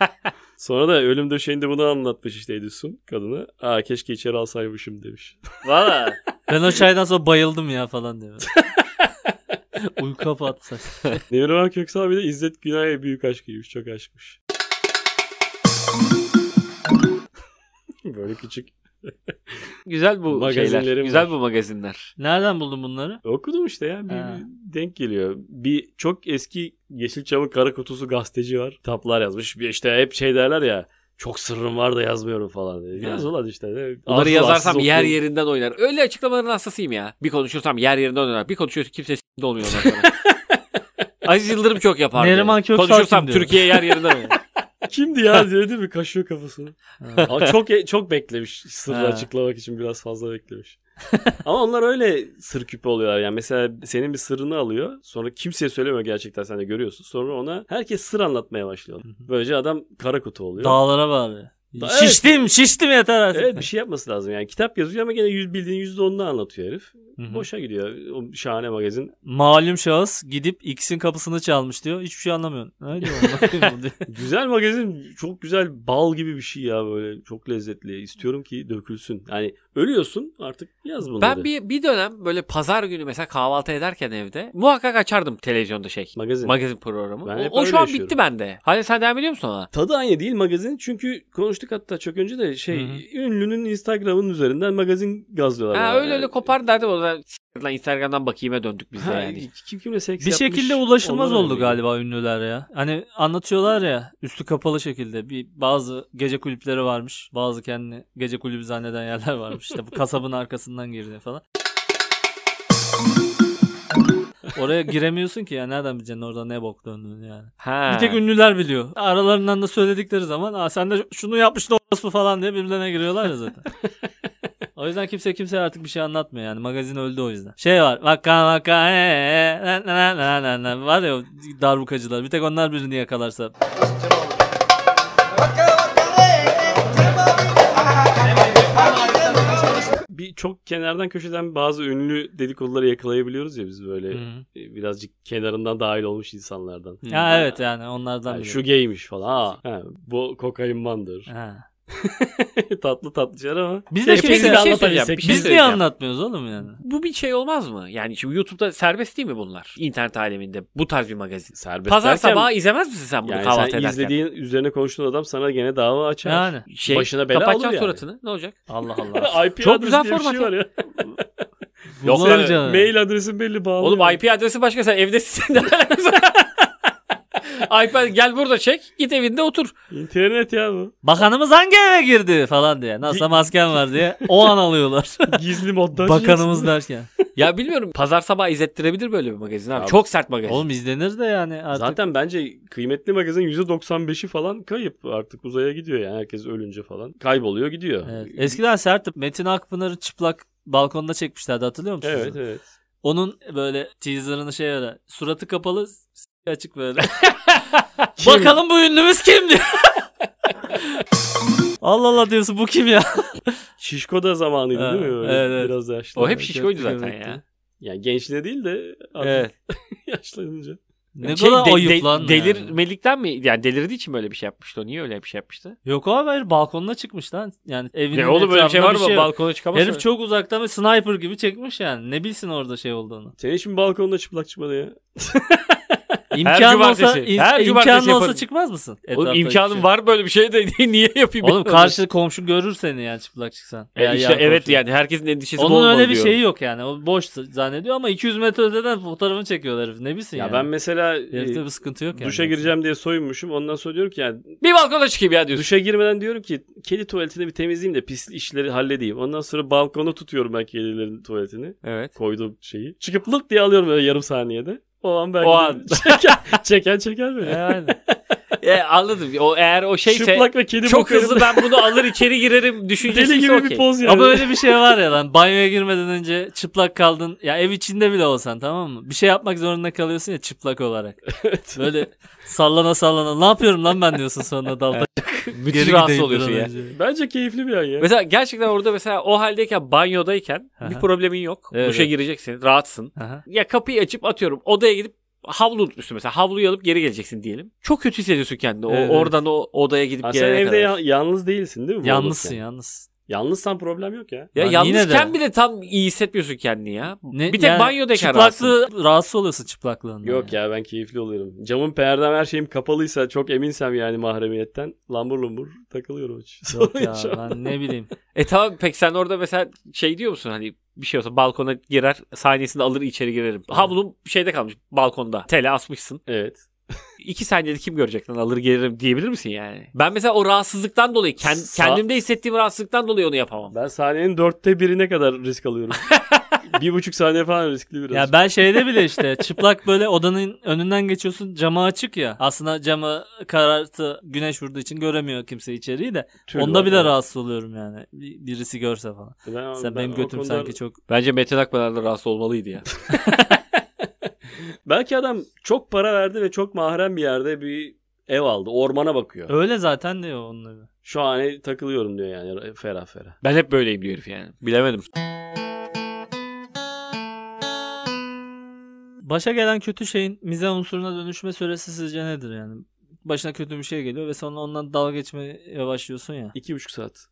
Speaker 2: sonra da ölüm döşeğinde bunu anlatmış işte Edison kadına. Aa keşke içeri alsaymışım demiş.
Speaker 3: Valla.
Speaker 1: Ben o çaydan sonra bayıldım ya falan diyor. Uyku kapatsa.
Speaker 2: Neriman Köksal bir de İzzet Günay'a büyük aşkıymış. Çok aşkmış. Böyle küçük.
Speaker 3: Güzel bu şeyler.
Speaker 2: Magazinlerim
Speaker 3: Güzel
Speaker 2: var.
Speaker 3: bu magazinler.
Speaker 1: Nereden buldun bunları?
Speaker 2: Okudum işte ya. Bir,
Speaker 1: Ha.
Speaker 2: bir denk geliyor. Bir çok eski Yeşilçam'ın kara kutusu gazeteci var. Kitaplar yazmış. Bir işte hep şey derler ya. Çok sırrım var da yazmıyorum falan. diye. Yaz
Speaker 3: Ha.
Speaker 2: ulan işte. Ne?
Speaker 3: Onları
Speaker 2: Arsız
Speaker 3: yazarsam
Speaker 2: arsız
Speaker 3: yer
Speaker 2: okuyorum.
Speaker 3: yerinden oynar. Öyle açıklamaların hastasıyım ya. Bir konuşursam yer yerinden oynar. Bir konuşuyorsun kimse s***de olmuyor ondan sonra. Aziz Yıldırım çok yapar.
Speaker 1: Neriman Köksal
Speaker 3: Konuşursam
Speaker 1: kim diyor?
Speaker 3: Türkiye yer yerinden oynar.
Speaker 2: Kimdi ya diyor değil mi? Kaşıyor kafasını. Ama çok e, çok beklemiş. Sırrı
Speaker 1: Ha.
Speaker 2: açıklamak için biraz fazla beklemiş. Ama onlar öyle sır küpü oluyorlar. Yani mesela senin bir sırrını alıyor. Sonra kimseye söylemiyor gerçekten sen de görüyorsun. Sonra ona herkes sır anlatmaya başlıyor.
Speaker 1: Hı hı.
Speaker 2: Böylece adam kara kutu oluyor.
Speaker 1: Dağlara bağırıyor.
Speaker 2: Da-
Speaker 1: şiştim şiştim yeter artık.
Speaker 2: Evet bir şey yapması lazım. Yani kitap yazıyor ama gene yüz, bildiğin yüzde onunu anlatıyor herif.
Speaker 1: Hı hı.
Speaker 2: Boşa gidiyor o şahane magazin.
Speaker 1: Malum şahıs gidip X'in kapısını çalmış diyor. Hiçbir şey anlamıyorsun. Öyle mi? Anlatayım mı diyor.
Speaker 2: Güzel magazin çok güzel bal gibi bir şey ya böyle çok lezzetli. İstiyorum ki dökülsün. Yani ölüyorsun artık yaz bunları.
Speaker 3: ben bir, bir dönem böyle pazar günü mesela kahvaltı ederken evde muhakkak açardım televizyonda şey.
Speaker 2: magazin.
Speaker 3: Magazin programı.
Speaker 2: Ben
Speaker 3: o
Speaker 2: hep
Speaker 3: o
Speaker 2: öyle
Speaker 3: şu an
Speaker 2: yaşıyorum.
Speaker 3: bitti bende. Hani sen devam ediyor musun ona?
Speaker 2: Tadı aynı değil magazin çünkü konuştuk hatta çok önce de şey
Speaker 1: Hı hı.
Speaker 2: ünlünün Instagram'ın üzerinden magazin gazlıyorlar.
Speaker 3: Ha,
Speaker 2: bana.
Speaker 3: öyle öyle kopar derdim o zaman. "S- Lan Instagram'dan bakayım'a döndük biz de
Speaker 2: Ha,
Speaker 3: yani.
Speaker 2: Kim kimle seks
Speaker 1: Bir
Speaker 2: yapmış,
Speaker 1: şekilde ulaşılmaz
Speaker 2: ondan
Speaker 1: oldu
Speaker 2: önemli.
Speaker 1: galiba ünlüler ya. Hani anlatıyorlar ya üstü kapalı şekilde bir bazı gece kulüpleri varmış. Bazı kendini gece kulübü zanneden yerler varmış. İşte bu kasabın arkasından girdi falan. Oraya giremiyorsun ki ya nereden bileceksin orada ne bok döndüğünü yani.
Speaker 3: Ha.
Speaker 1: Bir tek ünlüler biliyor. Aralarından da söyledikleri zaman Aa, sen de şunu yapmıştın orası falan diye birbirlerine giriyorlar ya zaten. O yüzden kimse kimseye artık bir şey anlatmıyor yani. Magazin öldü o yüzden. Şey var. Vaka vaka ee, ee, na, na, na, na, na. Var ya o darbukacılar. Bir tek onlar birini yakalarsa.
Speaker 2: Bir çok kenardan köşeden bazı ünlü dedikoduları yakalayabiliyoruz ya biz böyle
Speaker 1: Hı.
Speaker 2: e, birazcık kenarından dahil olmuş insanlardan.
Speaker 1: Ya evet yani onlardan
Speaker 2: Yani
Speaker 1: biri.
Speaker 2: şu gaymiş falan. Ha, ha, bu kokainmandır.
Speaker 1: Ha.
Speaker 2: tatlı tatlı şeyler ama.
Speaker 1: Biz de
Speaker 3: Peki,
Speaker 1: kimse-
Speaker 3: bir şey
Speaker 2: anlatabilsek.
Speaker 3: söyleyeceğim. Bir
Speaker 1: Biz
Speaker 3: şey
Speaker 1: niye
Speaker 3: söyleyeceğim.
Speaker 1: anlatmıyoruz oğlum yani?
Speaker 3: Bu bir şey olmaz mı? Yani şimdi YouTube'da serbest değil mi bunlar? İnternet aleminde bu tarz bir magazin.
Speaker 2: Serbest
Speaker 3: Pazar
Speaker 2: derken,
Speaker 3: sabahı izlemez misin sen bunu
Speaker 2: yani sen
Speaker 3: kahvaltı ederken?
Speaker 2: izlediğin üzerine konuştuğun adam sana gene dava açar.
Speaker 1: Yani.
Speaker 3: şey,
Speaker 2: başına bela
Speaker 3: kapatacaksın
Speaker 2: olur yani.
Speaker 3: suratını. Ne olacak?
Speaker 1: Allah Allah.
Speaker 2: IP
Speaker 3: Çok
Speaker 2: adresi
Speaker 3: güzel
Speaker 2: diye bir
Speaker 3: format
Speaker 2: şey var ya.
Speaker 1: Yok
Speaker 3: Yok lan,
Speaker 1: canım.
Speaker 2: Mail adresin belli bağlı.
Speaker 3: Oğlum
Speaker 2: yani.
Speaker 3: IP adresi başka sen evdesin. Ne alakası var? IP ad- gel burada çek. Git evinde otur.
Speaker 2: İnternet ya bu.
Speaker 1: Bakanımız hangi eve girdi falan diye. Nasıl masken var diye. O an alıyorlar.
Speaker 2: Gizli moddan.
Speaker 1: Bakanımız derken.
Speaker 3: Ya bilmiyorum. Pazar sabahı izlettirebilir böyle bir magazin abi.
Speaker 2: Abi-
Speaker 3: Çok sert magazin.
Speaker 1: Oğlum izlenir de yani artık.
Speaker 2: Zaten bence kıymetli magazin %95'i falan kayıp. Artık uzaya gidiyor yani herkes ölünce falan. Kayboluyor gidiyor.
Speaker 1: Evet. Eskiden sertti. Metin Akpınar'ı çıplak balkonda çekmişlerdi hatırlıyor musunuz?
Speaker 2: Evet evet.
Speaker 1: Onun böyle teaserını şey öyle suratı kapalı s- açık böyle.
Speaker 2: Kim?
Speaker 1: Bakalım bu ünlümüz kim diye. Allah Allah diyorsun bu kim ya?
Speaker 2: Şişko da zamanıydı
Speaker 1: Ha,
Speaker 2: değil mi? Öyle
Speaker 1: evet, evet.
Speaker 2: Biraz yaşlı.
Speaker 3: o hep şişkoydu zaten
Speaker 2: Evet.
Speaker 3: ya.
Speaker 2: Yani gençliğe değil de artık
Speaker 1: Evet.
Speaker 2: yaşlanınca.
Speaker 1: Ne
Speaker 3: Şey,
Speaker 1: kadar
Speaker 3: de-
Speaker 1: ayıp
Speaker 3: de-
Speaker 1: lan. yani.
Speaker 3: Delirmelikten mi? Yani delirdiği için böyle bir şey yapmıştı. O niye öyle bir şey yapmıştı?
Speaker 1: Yok abi hayır balkonuna çıkmış lan. Yani evinin
Speaker 3: Ya oğlum böyle bir şey var
Speaker 1: etrafında
Speaker 3: mı?
Speaker 1: bir şey var.
Speaker 3: Balkona çıkamaz
Speaker 1: Herif çok uzaktan ve sniper gibi çekmiş yani. Ne bilsin orada şey olduğunu.
Speaker 2: Senin için balkonda çıplak çıkmadı ya.
Speaker 1: İmkan olsa,
Speaker 3: cumartesi, her
Speaker 1: in-
Speaker 3: cumartesi
Speaker 1: imkanın olsa
Speaker 3: yaparım.
Speaker 1: çıkmaz mısın?
Speaker 3: Oğlum
Speaker 1: Etrafta
Speaker 3: imkanım
Speaker 1: hiçbir şey.
Speaker 3: var böyle bir şey de niye yapayım?
Speaker 1: Oğlum karşı komşun görür seni yani çıplak çıksan.
Speaker 3: E
Speaker 1: Veya
Speaker 3: işte
Speaker 1: yan
Speaker 3: evet
Speaker 1: komşun.
Speaker 3: yani herkesin endişesi bu
Speaker 1: Onun
Speaker 3: olmalı
Speaker 1: öyle bir
Speaker 3: diyor.
Speaker 1: şeyi yok yani. O boş zannediyor ama 200 metre öteden fotoğrafını çekiyorlar herif. Ne
Speaker 3: Şey
Speaker 1: bilsin
Speaker 2: Ya
Speaker 1: ya.
Speaker 2: ben mesela e,
Speaker 1: Herifte bir sıkıntı yok yani.
Speaker 2: duşa gireceğim diye soyunmuşum. Ondan sonra diyorum ki yani
Speaker 3: Bir balkona çıkayım ya diyorsun.
Speaker 2: duşa girmeden diyorum ki kedi tuvaletini bir temizleyeyim de pis işleri halledeyim. Ondan sonra balkona tutuyorum ben kedilerin tuvaletini.
Speaker 3: Evet.
Speaker 2: Koyduğum şeyi. Çıkıp lık diye alıyorum öyle yarım saniyede. O an belki
Speaker 3: O
Speaker 2: de-
Speaker 3: an.
Speaker 2: çeken, çeken çeker beni.
Speaker 1: Yani.
Speaker 3: E, anladım. O, eğer o şeyse
Speaker 2: Çıplak ve kedi
Speaker 3: çok
Speaker 2: bakıyorum.
Speaker 3: hızlı şey ben bunu alır içeri girerim düşüncesi
Speaker 2: Deli gibi bir poz yani.
Speaker 1: Ama öyle bir şey var ya lan. Banyoya girmeden önce çıplak kaldın. Ya ev içinde bile olsan tamam mı? Bir şey yapmak zorunda kalıyorsun ya çıplak olarak.
Speaker 2: Evet.
Speaker 1: Böyle sallana sallana. Ne yapıyorum lan ben diyorsun sonra dalda.
Speaker 3: Müthiş rahatsız
Speaker 1: gideyim
Speaker 3: oluyorsun
Speaker 1: bir an
Speaker 3: ya.
Speaker 1: önce.
Speaker 2: Bence keyifli bir an ya.
Speaker 3: Mesela gerçekten orada mesela o haldeyken banyodayken
Speaker 1: Aha.
Speaker 3: bir problemin yok.
Speaker 1: Evet.
Speaker 3: Duşa gireceksin rahatsın.
Speaker 1: Aha.
Speaker 3: Ya kapıyı açıp atıyorum odaya gidip havlu unutmuşsun mesela. Havluyu alıp geri geleceksin diyelim. Çok kötü hissediyorsun kendini. O,
Speaker 2: Evet.
Speaker 3: Oradan o odaya gidip
Speaker 2: Ha, sen
Speaker 3: gelene
Speaker 2: evde ya-
Speaker 3: kadar.
Speaker 2: yalnız değilsin değil mi? bu
Speaker 1: Yalnızsın
Speaker 2: olurken?
Speaker 1: yalnız.
Speaker 2: Yalnızsan problem yok ya.
Speaker 3: Ya
Speaker 1: Lan
Speaker 3: yalnızken
Speaker 1: yine de.
Speaker 3: bile tam iyi hissetmiyorsun kendini ya.
Speaker 1: Ne-
Speaker 3: bir tek
Speaker 1: yani
Speaker 3: banyodayken rahatsın.
Speaker 1: Çıplaklığı rahatsız oluyorsun çıplaklığından.
Speaker 2: Yok ya ben keyifli oluyorum. Camın perdem her şeyim kapalıysa çok eminsem yani mahremiyetten lambur lumbur takılıyorum hiç.
Speaker 1: Yok
Speaker 2: Sorun
Speaker 1: ya
Speaker 2: yaşamam.
Speaker 1: ben ne bileyim.
Speaker 3: E tamam pek sen orada mesela şey diyor musun hani bir şey olsa balkona girer saniyesinde alır içeri girerim. Havlum şeyde kalmış balkonda tele asmışsın.
Speaker 2: Evet.
Speaker 3: İki saniyede kim görecek lan alır gelirim diyebilir misin yani? Ben mesela o rahatsızlıktan dolayı kend-
Speaker 2: Sa-
Speaker 3: kendimde hissettiğim rahatsızlıktan dolayı onu yapamam.
Speaker 2: Ben saniyenin dörtte birine kadar risk alıyorum. bir buçuk saniye falan riskli biraz.
Speaker 1: Ya ben şeyde bile işte çıplak böyle odanın önünden geçiyorsun camı açık ya. Aslında camı karartı güneş vurduğu için göremiyor kimse içeriği de.
Speaker 2: Tüy
Speaker 1: Onda
Speaker 2: var
Speaker 1: bile
Speaker 2: ya.
Speaker 1: rahatsız oluyorum yani. Bir- Birisi görse falan.
Speaker 2: Ben-
Speaker 1: Sen
Speaker 2: ben
Speaker 1: benim
Speaker 2: o
Speaker 1: götüm
Speaker 2: konuda-
Speaker 1: sanki çok
Speaker 3: Bence Metin Akpınar da rahatsız olmalıydı ya.
Speaker 2: Belki adam çok para verdi ve çok mahrem bir yerde bir ev aldı. Ormana bakıyor.
Speaker 1: Öyle zaten diyor onları.
Speaker 2: Şu an hani takılıyorum diyor yani ferah ferah.
Speaker 3: ben hep böyleyim diyor herif yani. Bilemedim.
Speaker 1: Başa gelen kötü şeyin mizah unsuruna dönüşme süresi sizce nedir yani? Başına kötü bir şey geliyor ve sonra ondan dalga geçmeye başlıyorsun ya.
Speaker 2: İki buçuk saat.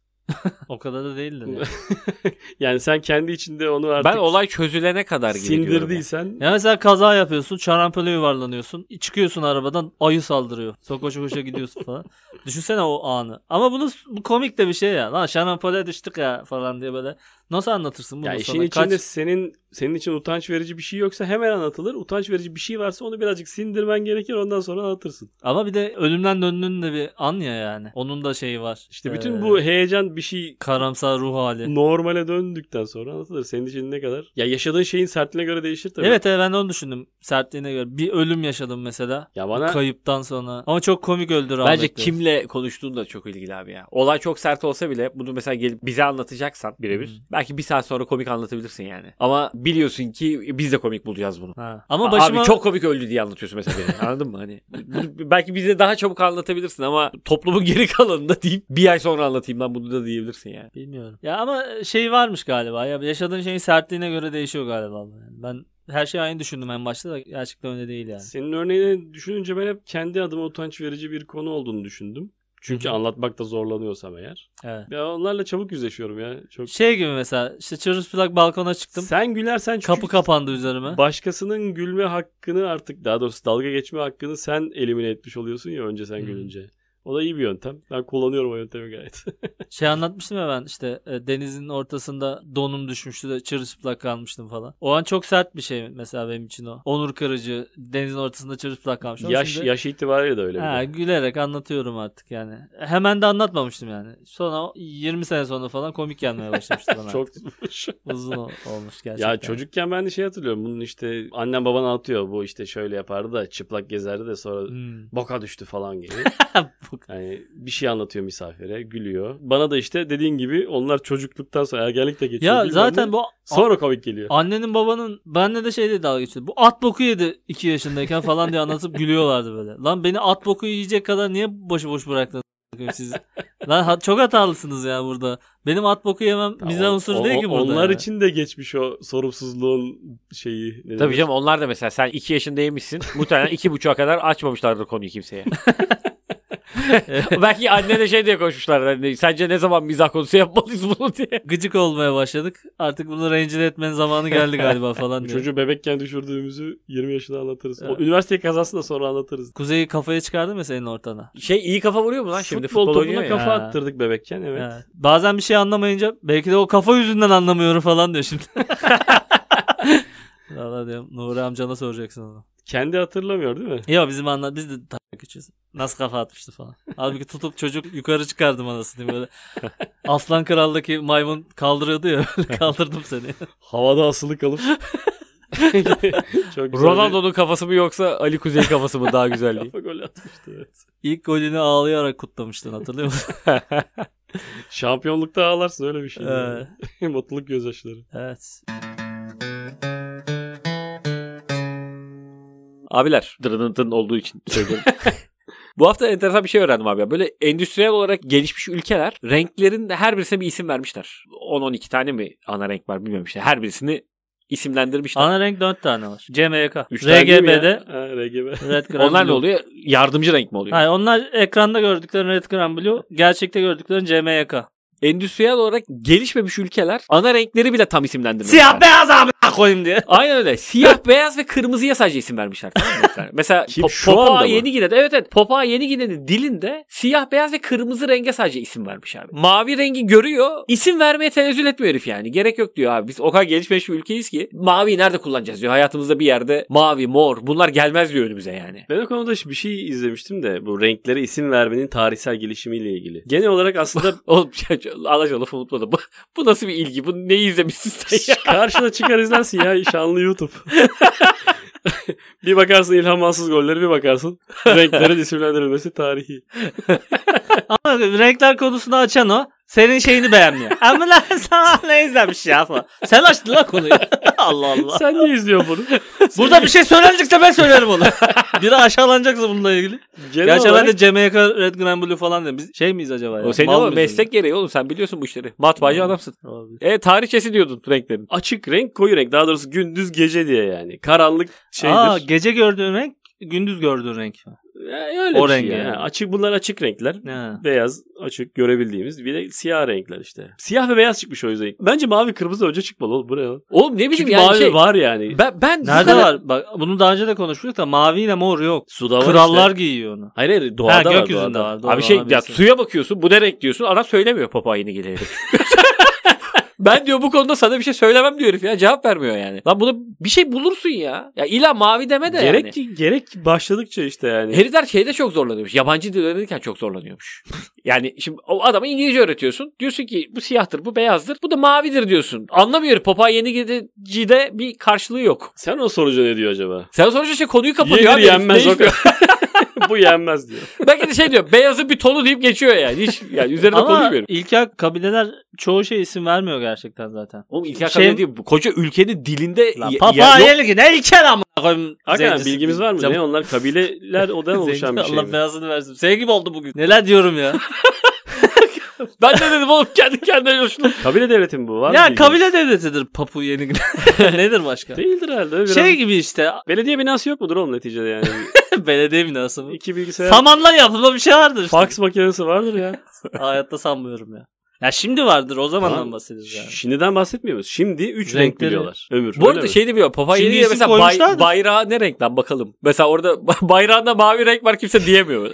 Speaker 1: O kadar da değildir. Yani.
Speaker 2: Yani sen kendi içinde onu artık
Speaker 3: Ben olay çözülene kadar gibi diyorum ya.
Speaker 2: sindirdiysen
Speaker 1: Ya mesela kaza yapıyorsun, çarampole yuvarlanıyorsun, çıkıyorsun arabadan ayı saldırıyor. Çok koşa koşa gidiyorsun falan. Düşünsene o anı. Ama bunu bu komik de bir şey ya. Lan şarampole düştük ya falan diye böyle. Nasıl anlatırsın bunu
Speaker 2: Ya işin
Speaker 1: sonra?
Speaker 2: içinde
Speaker 1: Kaç...
Speaker 2: senin senin için utanç verici bir şey yoksa hemen anlatılır. Utanç verici bir şey varsa onu birazcık sindirmen gerekir ondan sonra anlatırsın.
Speaker 1: Ama bir de ölümden döndüğün de bir an ya yani. Onun da şeyi var.
Speaker 2: İşte bütün
Speaker 1: Ee,
Speaker 2: bu heyecan bir şey
Speaker 1: karamsar ruh hali.
Speaker 2: normale döndükten sonra anlatılır. Senin için ne kadar? Ya yaşadığın şeyin sertliğine göre değişir tabii.
Speaker 1: Evet evet ben de onu düşündüm. Sertliğine göre. Bir ölüm yaşadım mesela.
Speaker 2: Ya bana
Speaker 1: Kayıptan sonra. Ama çok komik öldü rahmetli.
Speaker 3: Bence kimle konuştuğun da çok ilgili abi ya. Olay çok sert olsa bile bunu mesela gelip bize anlatacaksan birebir.
Speaker 1: Hı.
Speaker 3: Belki bir saat sonra komik anlatabilirsin yani. Ama biliyorsun ki biz de komik bulacağız bunu.
Speaker 1: Ha. Ama
Speaker 3: Aa,
Speaker 1: başıma
Speaker 3: Abi çok komik öldü diye anlatıyorsun mesela beni. Anladın mı? Hani bunu belki bize daha çabuk anlatabilirsin ama toplumun geri kalanında deyip bir ay sonra anlatayım lan bunu da diyebilirsin yani.
Speaker 1: bilmiyorum. Ya ama şey varmış galiba. Ya yaşadığın şeyin sertliğine göre değişiyor galiba. bu Yani ben her şeyi aynı düşündüm en başta da gerçekten öyle değil yani.
Speaker 2: Senin örneğini düşününce ben hep kendi adıma utanç verici bir konu olduğunu düşündüm. Çünkü
Speaker 1: Hı hı.
Speaker 2: anlatmakta zorlanıyorsam eğer.
Speaker 1: Evet.
Speaker 2: Ya onlarla çabuk yüzleşiyorum ya. Çok.
Speaker 1: Şey gibi mesela işte çırılçıplak balkona çıktım.
Speaker 2: Sen gülersen çünkü
Speaker 1: Kapı kapandı üzerime.
Speaker 2: başkasının gülme hakkını artık daha doğrusu dalga geçme hakkını sen elimine etmiş oluyorsun ya önce sen
Speaker 1: Hı.
Speaker 2: gülünce. O da iyi bir yöntem. Ben kullanıyorum o yöntemi gayet.
Speaker 1: Şey anlatmıştım ya ben işte e, denizin ortasında donum düşmüştü de çırılçıplak kalmıştım falan. O an çok sert bir şey mesela benim için o. Onur kırıcı denizin ortasında çırılçıplak kalmış. Ama
Speaker 2: yaş
Speaker 1: şimdi-
Speaker 2: yaş itibariyle de öyle. bir
Speaker 1: şey Ha,
Speaker 2: de.
Speaker 1: gülerek anlatıyorum artık yani. Hemen de anlatmamıştım yani. Sonra 20 sene sonra falan komik gelmeye başlamıştı bana.
Speaker 2: Çok
Speaker 1: uzun ol- olmuş gerçekten.
Speaker 2: ya çocukken ben de şey hatırlıyorum. Bunun işte annem baban anlatıyor. Bu işte şöyle yapardı da çıplak gezerdi de sonra
Speaker 1: Hmm.
Speaker 2: boka düştü falan gibi.
Speaker 1: Bu-
Speaker 2: Yani bir şey anlatıyor misafire, gülüyor. Bana da işte dediğin gibi onlar çocukluktan sonra ergenlik de geçiyor.
Speaker 1: ya
Speaker 2: bilmem
Speaker 1: zaten
Speaker 2: ne.
Speaker 1: bu
Speaker 2: sonra komik geliyor.
Speaker 1: Annenin babanın benle de şey diye dalga geçiyordu. Bu at boku yedi 2 yaşındayken falan diye anlatıp gülüyorlardı böyle. Lan beni at boku yiyecek kadar niye başıboş bıraktınız? a**ınıyım Siz. Lan ha- çok hatalısınız ya burada. Benim at boku yemem
Speaker 2: Ya
Speaker 1: mizah
Speaker 2: o-
Speaker 1: unsuru
Speaker 2: o-
Speaker 1: değil ki burada.
Speaker 2: Onlar
Speaker 1: ya.
Speaker 2: için de geçmiş o sorumsuzluğun şeyi. ne
Speaker 3: Tabii
Speaker 2: denir? Hani
Speaker 3: canım onlar da mesela sen 2 yaşındaymışsın. Muhtemelen 2,5'a kadar açmamışlardır konuyu kimseye. Belki anne de şey diye koşmuşlar. Hani, Sence ne zaman mizah konusu yapmalıyız bunu diye.
Speaker 1: Gıcık olmaya başladık. Artık bunu rencide etmenin zamanı geldi galiba falan diye.
Speaker 2: Çocuğu bebekken düşürdüğümüzü 20 yaşında anlatırız. O
Speaker 1: Evet.
Speaker 2: üniversite kazasını da sonra anlatırız.
Speaker 1: Kuzeyi kafaya çıkardı mı senin ortana?
Speaker 3: Şey iyi kafa vuruyor mu lan şimdi?
Speaker 2: futbol,
Speaker 3: Futbol, oynuyor
Speaker 2: topuna
Speaker 3: ya.
Speaker 2: kafa
Speaker 1: Ha.
Speaker 2: attırdık bebekken evet.
Speaker 1: Ha. Bazen bir şey anlamayınca belki de o kafa yüzünden anlamıyorum falan diyor şimdi. Valla diyorum Nuri amcana soracaksın onu.
Speaker 2: Kendi hatırlamıyor değil mi?
Speaker 1: Ya bizim anla biz de tak içiyoruz. Nasıl kafa atmıştı falan. Halbuki tutup çocuk yukarı çıkardım anasını böyle. Aslan Kral'daki maymun kaldırıyordu ya böyle kaldırdım seni.
Speaker 2: Havada asılı kalıp. Çok güzel
Speaker 3: Ronaldo'nun kafası mı yoksa Ali Kuzey kafası mı daha
Speaker 2: bir
Speaker 3: güzel diye.
Speaker 2: kafa golü atmıştı evet.
Speaker 1: İlk golünü ağlayarak kutlamıştın hatırlıyor musun?
Speaker 2: Şampiyonlukta ağlarsın öyle bir şey.
Speaker 1: Ee,
Speaker 2: Mutluluk gözyaşları.
Speaker 1: evet.
Speaker 3: Abiler dırının dırın olduğu için söylüyorum. Bu hafta enteresan bir şey öğrendim abi. ya. Böyle endüstriyel olarak gelişmiş ülkeler renklerin her birisine bir isim vermişler. 10-12 tane mi ana renk var bilmiyorum işte. Her birisini isimlendirmişler.
Speaker 1: Ana renk 4 tane var. CMYK.
Speaker 2: Üç tane değil mi ya?
Speaker 1: RGB'de
Speaker 2: Ha, RGB.
Speaker 1: Red Grand
Speaker 3: Onlar ne
Speaker 1: Blue.
Speaker 3: oluyor? Yardımcı renk mi oluyor?
Speaker 1: Hayır, onlar ekranda gördüklerin Red Grand Blue, gerçekte gördüklerin CMYK.
Speaker 3: Endüstriyel olarak gelişmemiş ülkeler ana renkleri bile tam isimlendirmiş.
Speaker 1: beyaz abi koyayım diye.
Speaker 3: Aynen öyle. Siyah, beyaz ve kırmızıya sadece isim vermişler. Tamam mı? mesela mesela
Speaker 2: Kim?
Speaker 3: Po-
Speaker 2: Şu anda
Speaker 3: Papua
Speaker 2: mı?
Speaker 3: Yeni Gine'de evet evet Papua Yeni Gine'nin dilinde siyah, beyaz ve kırmızı renge sadece isim vermiş abi. Mavi rengi görüyor. isim vermeye tenezzül etmiyor herif yani. Gerek yok diyor abi. Biz o kadar gelişmiş bir ülkeyiz ki maviyi nerede kullanacağız diyor. Hayatımızda bir yerde mavi, mor bunlar gelmez diyor önümüze yani.
Speaker 2: Ben o konuda bir şey izlemiştim de bu renklere isim vermenin tarihsel gelişimiyle ilgili. Genel olarak aslında
Speaker 3: Oğlum alacalı lafı unutmadım. Bu, bu nasıl bir ilgi? Bu neyi izlemişsin sen ya?
Speaker 2: karşına çıkar izlersin ya şanlı YouTube. bir bakarsın İlhan Mansız golleri bir bakarsın. Renklerin isimlendirilmesi tarihi.
Speaker 1: Ama renkler konusunu açan o senin şeyini beğenmiyor. Ama lan sana ne izlemiş ya falan. Sen açtın lan konuyu. Allah Allah.
Speaker 2: Sen niye izliyorsun bunu?
Speaker 1: Burada bir şey söylenecekse ben söylerim onu. Biri aşağılanacaksa bununla ilgili.
Speaker 2: Genel
Speaker 1: Gerçi
Speaker 2: olarak
Speaker 1: ben de CMYK Red Grand Blue falan dedim. Biz şey miyiz acaba ya?
Speaker 3: O senin
Speaker 1: Mal
Speaker 3: ama
Speaker 1: mıyız
Speaker 3: meslek gereği oğlum sen biliyorsun bu işleri. Matbaacı adamsın.
Speaker 1: acaba? Olabilir.
Speaker 3: E tarihçesi diyordun renklerin.
Speaker 2: açık renk koyu renk. Daha doğrusu gündüz gece diye yani. Karanlık şeydir.
Speaker 1: Aa gece gördüğün renk, gündüz gördüğün renk.
Speaker 2: Ya
Speaker 3: e,
Speaker 2: öyle
Speaker 1: o
Speaker 2: bir şey
Speaker 1: rengi
Speaker 2: yani.
Speaker 1: yani.
Speaker 2: Açık bunlar açık renkler.
Speaker 1: Ha.
Speaker 2: Beyaz açık görebildiğimiz bir de siyah renkler işte. Siyah ve beyaz çıkmış o yüzden. Bence mavi kırmızı önce çıkmalı oğlum buraya.
Speaker 3: Oğlum ne bileyim
Speaker 2: Çünkü
Speaker 3: yani
Speaker 2: mavi
Speaker 3: şey.
Speaker 2: var yani.
Speaker 3: Ben, ben bu
Speaker 1: Nerede
Speaker 3: kadar-
Speaker 1: var? Bak bunu daha önce de konuştuk da maviyle mor yok.
Speaker 2: Suda var
Speaker 1: Krallar
Speaker 2: işte.
Speaker 1: giyiyor onu.
Speaker 2: Hayır hayır doğada
Speaker 1: Ha,
Speaker 2: var.
Speaker 1: gökyüzünde
Speaker 2: doğada.
Speaker 1: var. doğru,
Speaker 3: Abi şey ya
Speaker 1: olabilir.
Speaker 3: suya bakıyorsun bu ne renk diyorsun adam söylemiyor papa yeni geleni. ben diyor bu konuda sana bir şey söylemem diyor herif ya cevap vermiyor yani. Lan buna bir şey bulursun ya. Ya illa mavi deme de
Speaker 2: Gerek
Speaker 3: yani.
Speaker 2: ki gerek başladıkça işte yani.
Speaker 3: Herifler şeyde çok zorlanıyormuş. Yabancı dil öğrenirken çok zorlanıyormuş. yani şimdi o adama İngilizce öğretiyorsun. Diyorsun ki bu siyahtır, bu beyazdır, bu da mavidir diyorsun. Anlamıyor. Papua Yeni Gine'de bir karşılığı yok.
Speaker 2: Sen o sorucu ne diyor acaba?
Speaker 3: Sen sonuçta şey konuyu kapatıyor.
Speaker 2: Yenir
Speaker 3: abi herif,
Speaker 2: yenmez o
Speaker 3: değişmiyor.
Speaker 2: Bu yenmez diyor.
Speaker 3: Belki de şey diyor beyazın bir tonu deyip geçiyor yani. Hiç yani üzerine
Speaker 1: Ama
Speaker 3: konuşmuyorum.
Speaker 1: İlker kabileler çoğu şey isim vermiyor gerçekten zaten.
Speaker 3: Oğlum İlker
Speaker 1: Şey-
Speaker 3: Kabile değil. bu Koca ülkenin dilinde
Speaker 1: Lan
Speaker 3: ya-
Speaker 1: Papağan
Speaker 3: ya- yok.
Speaker 1: yerli ne İlker amına koyayım.
Speaker 2: Hakikaten
Speaker 1: zencisi.
Speaker 2: bilgimiz var mı?
Speaker 1: Cam-
Speaker 2: Ne onlar? Kabileler odan oluşan bir
Speaker 1: Zenci-
Speaker 2: şey
Speaker 1: Allah
Speaker 2: mi?
Speaker 1: belasını versin. Senin gibi oldu bugün. Neler diyorum ya.
Speaker 3: Ben de dedim oğlum kendi kendine coştum.
Speaker 2: Kabile devleti mi bu? Var mı
Speaker 1: ya
Speaker 2: bilgimiz?
Speaker 1: kabile devletidir Papu Yeni Gine- Nedir başka?
Speaker 2: Değildir herhalde. Biraz...
Speaker 1: Şey gibi işte
Speaker 2: Belediye binası yok mudur oğlum neticede yani?
Speaker 1: belediye binası mı?
Speaker 2: İki bilgisayar,
Speaker 1: Samanla yapılma bir şey vardır işte.
Speaker 2: fax makinesi vardır ya.
Speaker 1: Hayatta sanmıyorum ya. Ya şimdi vardır o zamandan
Speaker 2: Tamam.
Speaker 1: bahsediyoruz yani.
Speaker 2: Şimdiden bahsetmiyoruz. Şimdi 3 renk
Speaker 1: Renkleri.
Speaker 2: biliyorlar. Ömür.
Speaker 3: Bu
Speaker 2: öyle
Speaker 3: arada
Speaker 2: mi?
Speaker 3: şey de biliyor. Papağan
Speaker 1: Şimdi
Speaker 3: yediği
Speaker 1: isim
Speaker 3: mesela bay-
Speaker 1: koymuşlardır.
Speaker 3: bayrağı ne renkten bakalım. Mesela orada bayrağında mavi renk var kimse diyemiyor.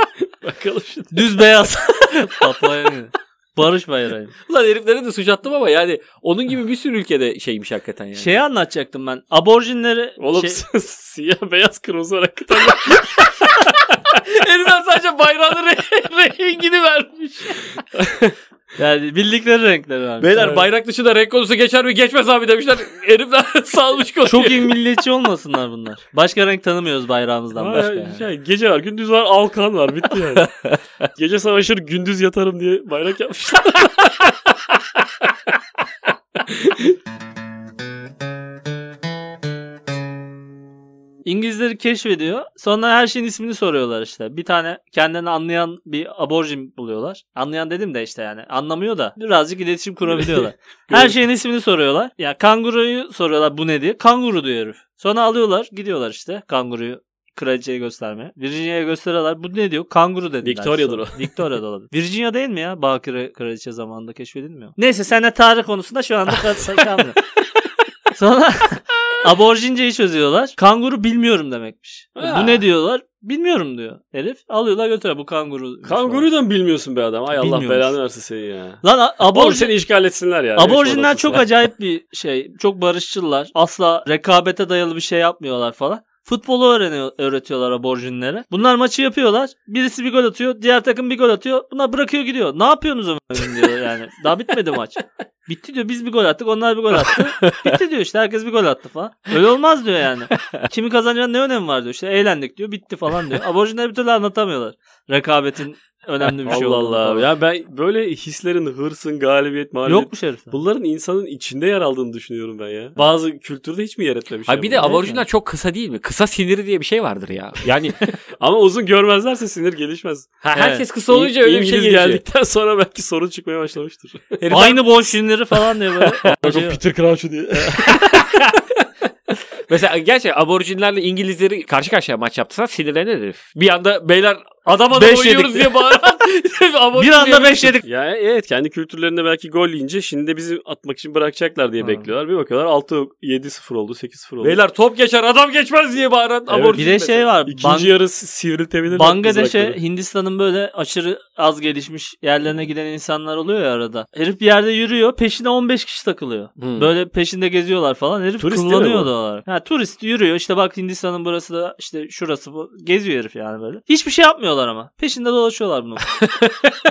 Speaker 2: bakalım şimdi.
Speaker 1: Düz beyaz. Papua Yeni. Barış bayrağı.
Speaker 3: Ulan heriflere de suç attım ama yani onun gibi bir sürü ülkede şeymiş hakikaten yani.
Speaker 1: Şeyi anlatacaktım ben. Aborjinleri
Speaker 2: Oğlum
Speaker 1: şey-
Speaker 2: siyah beyaz kırmızı olarak
Speaker 3: Herifler sadece bayrağının re- rengini vermiş.
Speaker 1: yani bildikleri renkleri vermiş.
Speaker 3: Beyler
Speaker 1: Evet.
Speaker 3: bayrak dışında renk konusu geçer mi geçmez abi demişler. Herifler salmış konuyu.
Speaker 1: çok iyi milliyetçi olmasınlar bunlar. Başka renk tanımıyoruz bayrağımızdan başka.
Speaker 2: Vay,
Speaker 1: yani.
Speaker 2: şey, gece var, gündüz var, alkan var. Bitti yani. gece savaşır, gündüz yatarım diye bayrak yapmışlar.
Speaker 1: İngilizleri keşfediyor. Sonra her şeyin ismini soruyorlar işte. Bir tane kendini anlayan bir aborjin buluyorlar. Anlayan dedim de işte yani anlamıyor da birazcık iletişim kurabiliyorlar. her şeyin ismini soruyorlar. Ya kanguruyu soruyorlar bu ne diye. Kanguru diyor herif. Sonra alıyorlar gidiyorlar işte kanguruyu kraliçeye göstermeye. Virginia'ya gösteriyorlar. Bu ne diyor? Kanguru dediler.
Speaker 2: Victoria'dır
Speaker 1: Sonra. Victoria'da olabilir. Virginia değil mi ya? Bakire kraliçe zamanında keşfedilmiyor. Neyse senle tarih konusunda şu anda kalmıyor. Sonra aborjinceyi çözüyorlar. Kanguru bilmiyorum demekmiş.
Speaker 2: Ha.
Speaker 1: Bu ne diyorlar? Bilmiyorum diyor herif. Alıyorlar götürüyor bu kanguru.
Speaker 2: Kanguruyu da mı bilmiyorsun be adam? Ay Allah
Speaker 1: Bilmiyormuş.
Speaker 2: belanı versin seni ya.
Speaker 1: Lan a-
Speaker 2: Oğlum
Speaker 1: aborjin...
Speaker 2: seni işgal etsinler yani.
Speaker 1: Aborjinler
Speaker 2: Neyse,
Speaker 1: çok
Speaker 2: odasız.
Speaker 1: acayip bir şey. Çok barışçılar. Asla rekabete dayalı bir şey yapmıyorlar falan. Futbolu öğreniyor, öğretiyorlar aborjinlere. Bunlar maçı yapıyorlar. Birisi bir gol atıyor. Diğer takım bir gol atıyor. Bunlar bırakıyor gidiyor. Ne yapıyorsunuz ömrüm diyor yani. Daha bitmedi maç. Bitti diyor biz bir gol attık onlar bir gol attı. Bitti diyor işte herkes bir gol attı falan. Öyle olmaz diyor yani. Kimi kazanacağının ne önemi var diyor. İşte eğlendik diyor bitti falan diyor. Aborjinler bir türlü anlatamıyorlar. Rekabetin önemli bir şey
Speaker 2: Allah
Speaker 1: olduğunu
Speaker 2: Allah.
Speaker 1: falan.
Speaker 2: Ya ben böyle hislerin, hırsın, galibiyet, mağlubiyet.
Speaker 1: Yokmuş herifin.
Speaker 2: Bunların insanın içinde yer aldığını düşünüyorum ben ya. Bazı kültürde hiç mi yer etmemiş?
Speaker 3: Ha
Speaker 2: ya
Speaker 3: bir de
Speaker 2: bunu?
Speaker 3: aborjinler çok kısa değil mi? Kısa siniri diye bir şey vardır ya. Yani
Speaker 2: Ama uzun görmezlerse sinir gelişmez.
Speaker 3: ha,
Speaker 1: Evet.
Speaker 3: herkes kısa olunca öyle bir şey
Speaker 2: İngiliz
Speaker 3: gelişiyor.
Speaker 2: geldikten sonra belki sorun çıkmaya başlamıştır. Şey
Speaker 3: Herifler-
Speaker 1: Aynı boşinleri falan diye böyle. Şey Acıyor.
Speaker 2: Peter Crouch'u diye.
Speaker 3: Mesela gerçekten aborjinlerle İngilizleri karşı karşıya maç yaptılar sinirlenir herif. Bir anda beyler adam adam
Speaker 1: Beş
Speaker 3: oynuyoruz
Speaker 1: yedik.
Speaker 3: diye bağıran aborjin
Speaker 1: Bir anda
Speaker 3: diye-
Speaker 1: beş yedik.
Speaker 2: Ya e, evet kendi kültürlerinde belki gol yiyince şimdi de bizi atmak için bırakacaklar diye
Speaker 1: Ha.
Speaker 2: bekliyorlar. Bir bakıyorlar 6 7-0 oldu, 8-0 oldu.
Speaker 3: Beyler top geçer adam geçmez diye bağıran
Speaker 2: Evet.
Speaker 3: aborjin.
Speaker 1: Bir de şey var.
Speaker 2: ikinci
Speaker 1: Bang-
Speaker 2: yarı sivriltebilirler.
Speaker 1: Bangladeş'e Hindistan'ın böyle aşırı az gelişmiş yerlerine giden insanlar oluyor ya arada. Herif bir yerde yürüyor peşine 15 kişi takılıyor.
Speaker 3: Hmm.
Speaker 1: Böyle peşinde geziyorlar falan. Herif
Speaker 2: Turist değil mi
Speaker 1: kullanıyor
Speaker 2: bu?
Speaker 1: da Ha, turist yürüyor işte bak Hindistan'ın burası da işte şurası bu. Geziyor herif yani böyle. Hiçbir şey yapmıyorlar ama. Peşinde dolaşıyorlar bunu.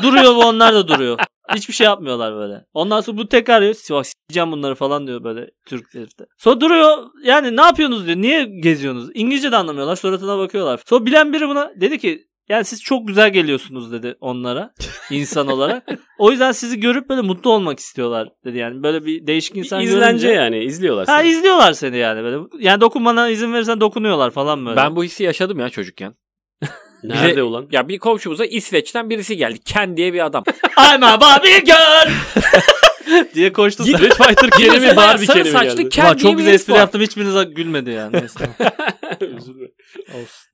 Speaker 1: duruyor bu onlar da duruyor. Hiçbir şey yapmıyorlar böyle. Ondan sonra bu tekrar diyor. Sivak s**eceğim bunları falan diyor böyle Türk herif de. Sonra duruyor yani ne yapıyorsunuz diyor. Niye geziyorsunuz? İngilizce de anlamıyorlar. Suratına bakıyorlar. Sonra bilen biri buna dedi ki yani siz çok güzel geliyorsunuz dedi onlara insan olarak. O yüzden sizi görüp böyle mutlu olmak istiyorlar dedi yani. Böyle bir değişik insan
Speaker 2: İzlence izlence
Speaker 1: görünce-
Speaker 2: yani izliyorlar.
Speaker 1: Ha
Speaker 2: seni.
Speaker 1: izliyorlar seni yani böyle. Yani dokunmana izin verirsen dokunuyorlar falan böyle.
Speaker 3: Ben bu hissi yaşadım ya çocukken.
Speaker 2: Nerede
Speaker 3: Bize-
Speaker 2: ulan?
Speaker 3: Ya bir şey- komşumuza İsveç'ten birisi geldi. Ken diye bir adam.
Speaker 1: I'm a baby girl diye koştu.
Speaker 2: Street Fighter kelime Barbie
Speaker 3: Sarı
Speaker 2: kelime
Speaker 3: saçlı
Speaker 2: geldi.
Speaker 3: Ken
Speaker 1: Ulan
Speaker 3: diye
Speaker 1: çok
Speaker 3: bir
Speaker 1: güzel
Speaker 3: herif
Speaker 1: espri
Speaker 3: var.
Speaker 1: yaptım hiçbiriniz gülmedi yani. Neyse.
Speaker 2: Üzülme.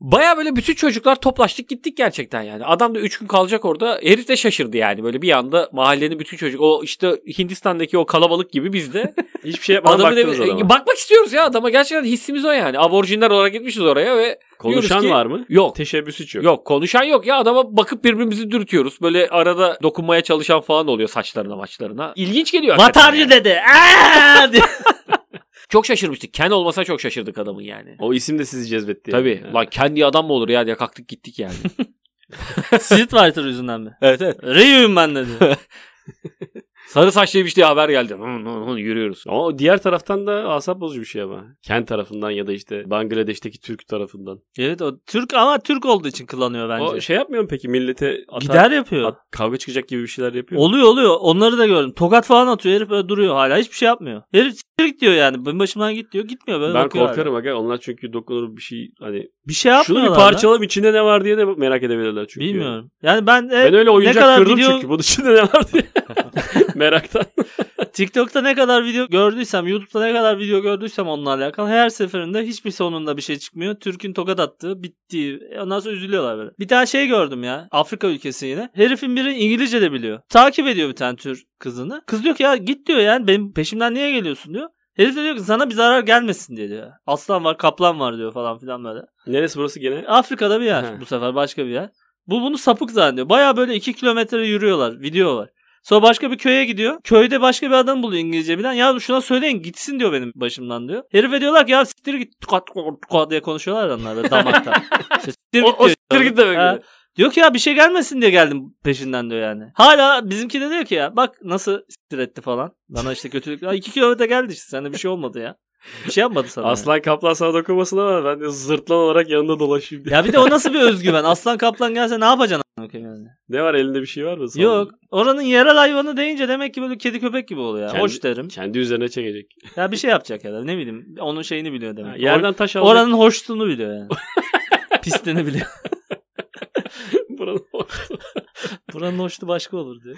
Speaker 3: Baya böyle bütün çocuklar toplaştık gittik gerçekten yani. Adam da 3 gün kalacak orada. Herif de şaşırdı yani. Böyle bir anda mahallenin bütün çocuk o işte Hindistan'daki o kalabalık gibi biz de
Speaker 2: Hiçbir şey yapmadan
Speaker 3: adamı
Speaker 2: baktınız
Speaker 3: da,
Speaker 2: adama.
Speaker 3: bakmak istiyoruz ya adama. Gerçekten hissimiz o yani. Aborjinler olarak gitmişiz oraya ve
Speaker 2: Konuşan
Speaker 3: diyoruz ki-
Speaker 2: var mı?
Speaker 3: yok.
Speaker 2: Teşebbüs hiç yok.
Speaker 3: Yok konuşan yok ya adama bakıp birbirimizi dürtüyoruz. Böyle arada dokunmaya çalışan falan oluyor saçlarına maçlarına. İlginç geliyor.
Speaker 1: What
Speaker 3: hakikaten
Speaker 1: are
Speaker 3: yani.
Speaker 1: you dedi. Aa! diye.
Speaker 3: Çok şaşırmıştık. Ken olmasa çok şaşırdık adamın yani.
Speaker 2: O isim de sizi cezbetti. yani.
Speaker 3: Tabii.
Speaker 2: Ha.
Speaker 3: Lan Ken diye adam mı olur ya diye kalktık gittik yani.
Speaker 1: Street Fighter yüzünden mi?
Speaker 3: evet evet.
Speaker 1: Ryu'yum ben dedi.
Speaker 3: Sarı saçlıymış diye haber geldi. Hın hın hın Yürüyoruz.
Speaker 2: Ama diğer taraftan da asap bozucu bir şey ama. Kent tarafından ya da işte Bangladeş'teki Türk tarafından.
Speaker 1: Evet o Türk ama Türk olduğu için kullanıyor bence.
Speaker 2: O şey yapmıyor mu peki millete atar,
Speaker 1: Gider yapıyor.
Speaker 2: at- kavga çıkacak gibi bir şeyler yapıyor mu?
Speaker 1: Oluyor oluyor. Onları da gördüm. Tokat falan atıyor. Herif böyle duruyor hala. Hiçbir şey yapmıyor. Herif "Siktir git diyor yani. Benim başımdan git diyor. Gitmiyor böyle
Speaker 2: ben
Speaker 1: bakıyor hala.
Speaker 2: korkarım aga. Onlar çünkü dokunur bir şey hani
Speaker 1: Bir şey
Speaker 2: şunu
Speaker 1: yapmıyorlar.
Speaker 2: bir
Speaker 1: lan.
Speaker 2: parçalayıp içinde ne var diye de merak edebilirler çünkü.
Speaker 1: Bilmiyorum. Yani ben, de
Speaker 2: Ben öyle oyuncak
Speaker 1: kadar
Speaker 2: kırdım
Speaker 1: video-
Speaker 2: çünkü bunun içinde ne var diye. Meraktan.
Speaker 1: TikTok'ta ne kadar video gördüysem, YouTube'da ne kadar video gördüysem onunla alakalı her seferinde hiçbir sonunda bir şey çıkmıyor. Türk'ün tokat attığı, bittiği. E, Ondan sonra üzülüyorlar böyle. Bir tane şey gördüm ya. Afrika ülkesi yine. Herifin biri İngilizce de biliyor. Takip ediyor bir tane Türk kızını. Kız diyor ki ya git diyor yani benim peşimden niye geliyorsun diyor. Herif de diyor ki sana bir zarar gelmesin diye diyor. Aslan var, kaplan var diyor falan filan böyle.
Speaker 2: Neresi burası gene?
Speaker 1: Afrika'da bir yer
Speaker 2: He.
Speaker 1: bu sefer başka bir yer. Bu bunu sapık zannediyor. Baya böyle 2 kilometre yürüyorlar. Video var. Sonra başka bir köye gidiyor. Köyde başka bir adam buluyor İngilizce bilen. Ya şuna söyleyin gitsin diyor benim başımdan diyor. Herife diyorlar ki ya siktir git tukat tukat, tukat diye konuşuyorlar ya onlar da damakta. İşte siktir
Speaker 3: O-
Speaker 1: git
Speaker 3: o
Speaker 1: diyor.
Speaker 3: siktir git demek
Speaker 1: Ha.
Speaker 3: mi?
Speaker 1: Diyor ki ya bir şey gelmesin diye geldim peşinden diyor yani. Hala bizimki de diyor ki ya bak nasıl siktir etti falan. Bana işte kötülük. 2 kilometre geldi işte sende bir şey olmadı ya. Bir şey yapmadı sana. yani.
Speaker 2: Aslan kaplan sana dokunmasın ama ben de zırtlan olarak yanında dolaşayım diye.
Speaker 1: Ya bir de o nasıl bir özgüven? Aslan kaplan gelse ne yapacaksın? a**ına koyayım yani?
Speaker 2: Ne var elinde bir şey var mı? Sana?
Speaker 1: Yok. Oranın yerel hayvanı deyince demek ki böyle kedi köpek gibi oluyor. ya.
Speaker 2: Kendi-
Speaker 1: Hoş derim.
Speaker 2: Kendi üzerine çekecek.
Speaker 1: Ya bir şey yapacak ya da ne bileyim. Onun şeyini biliyor
Speaker 2: Ha,
Speaker 1: demek. ki.
Speaker 2: yerden taş
Speaker 1: Or-
Speaker 2: alacak.
Speaker 1: oranın hoşluğunu biliyor yani. Pisliğini biliyor.
Speaker 2: Buranın
Speaker 1: Buranın hoşluğu başka olur diye.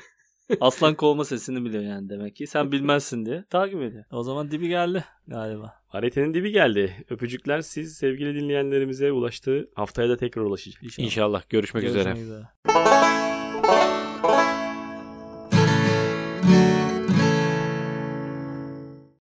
Speaker 1: Aslan kovma sesini biliyor yani demek ki. Sen bilmezsin diye takip ediyor. O zaman dibi geldi galiba.
Speaker 2: Haritenin dibi geldi. Öpücükler siz sevgili dinleyenlerimize ulaştı. Haftaya da tekrar ulaşacak.
Speaker 3: İnşallah. Görüşmek üzere.
Speaker 1: üzere.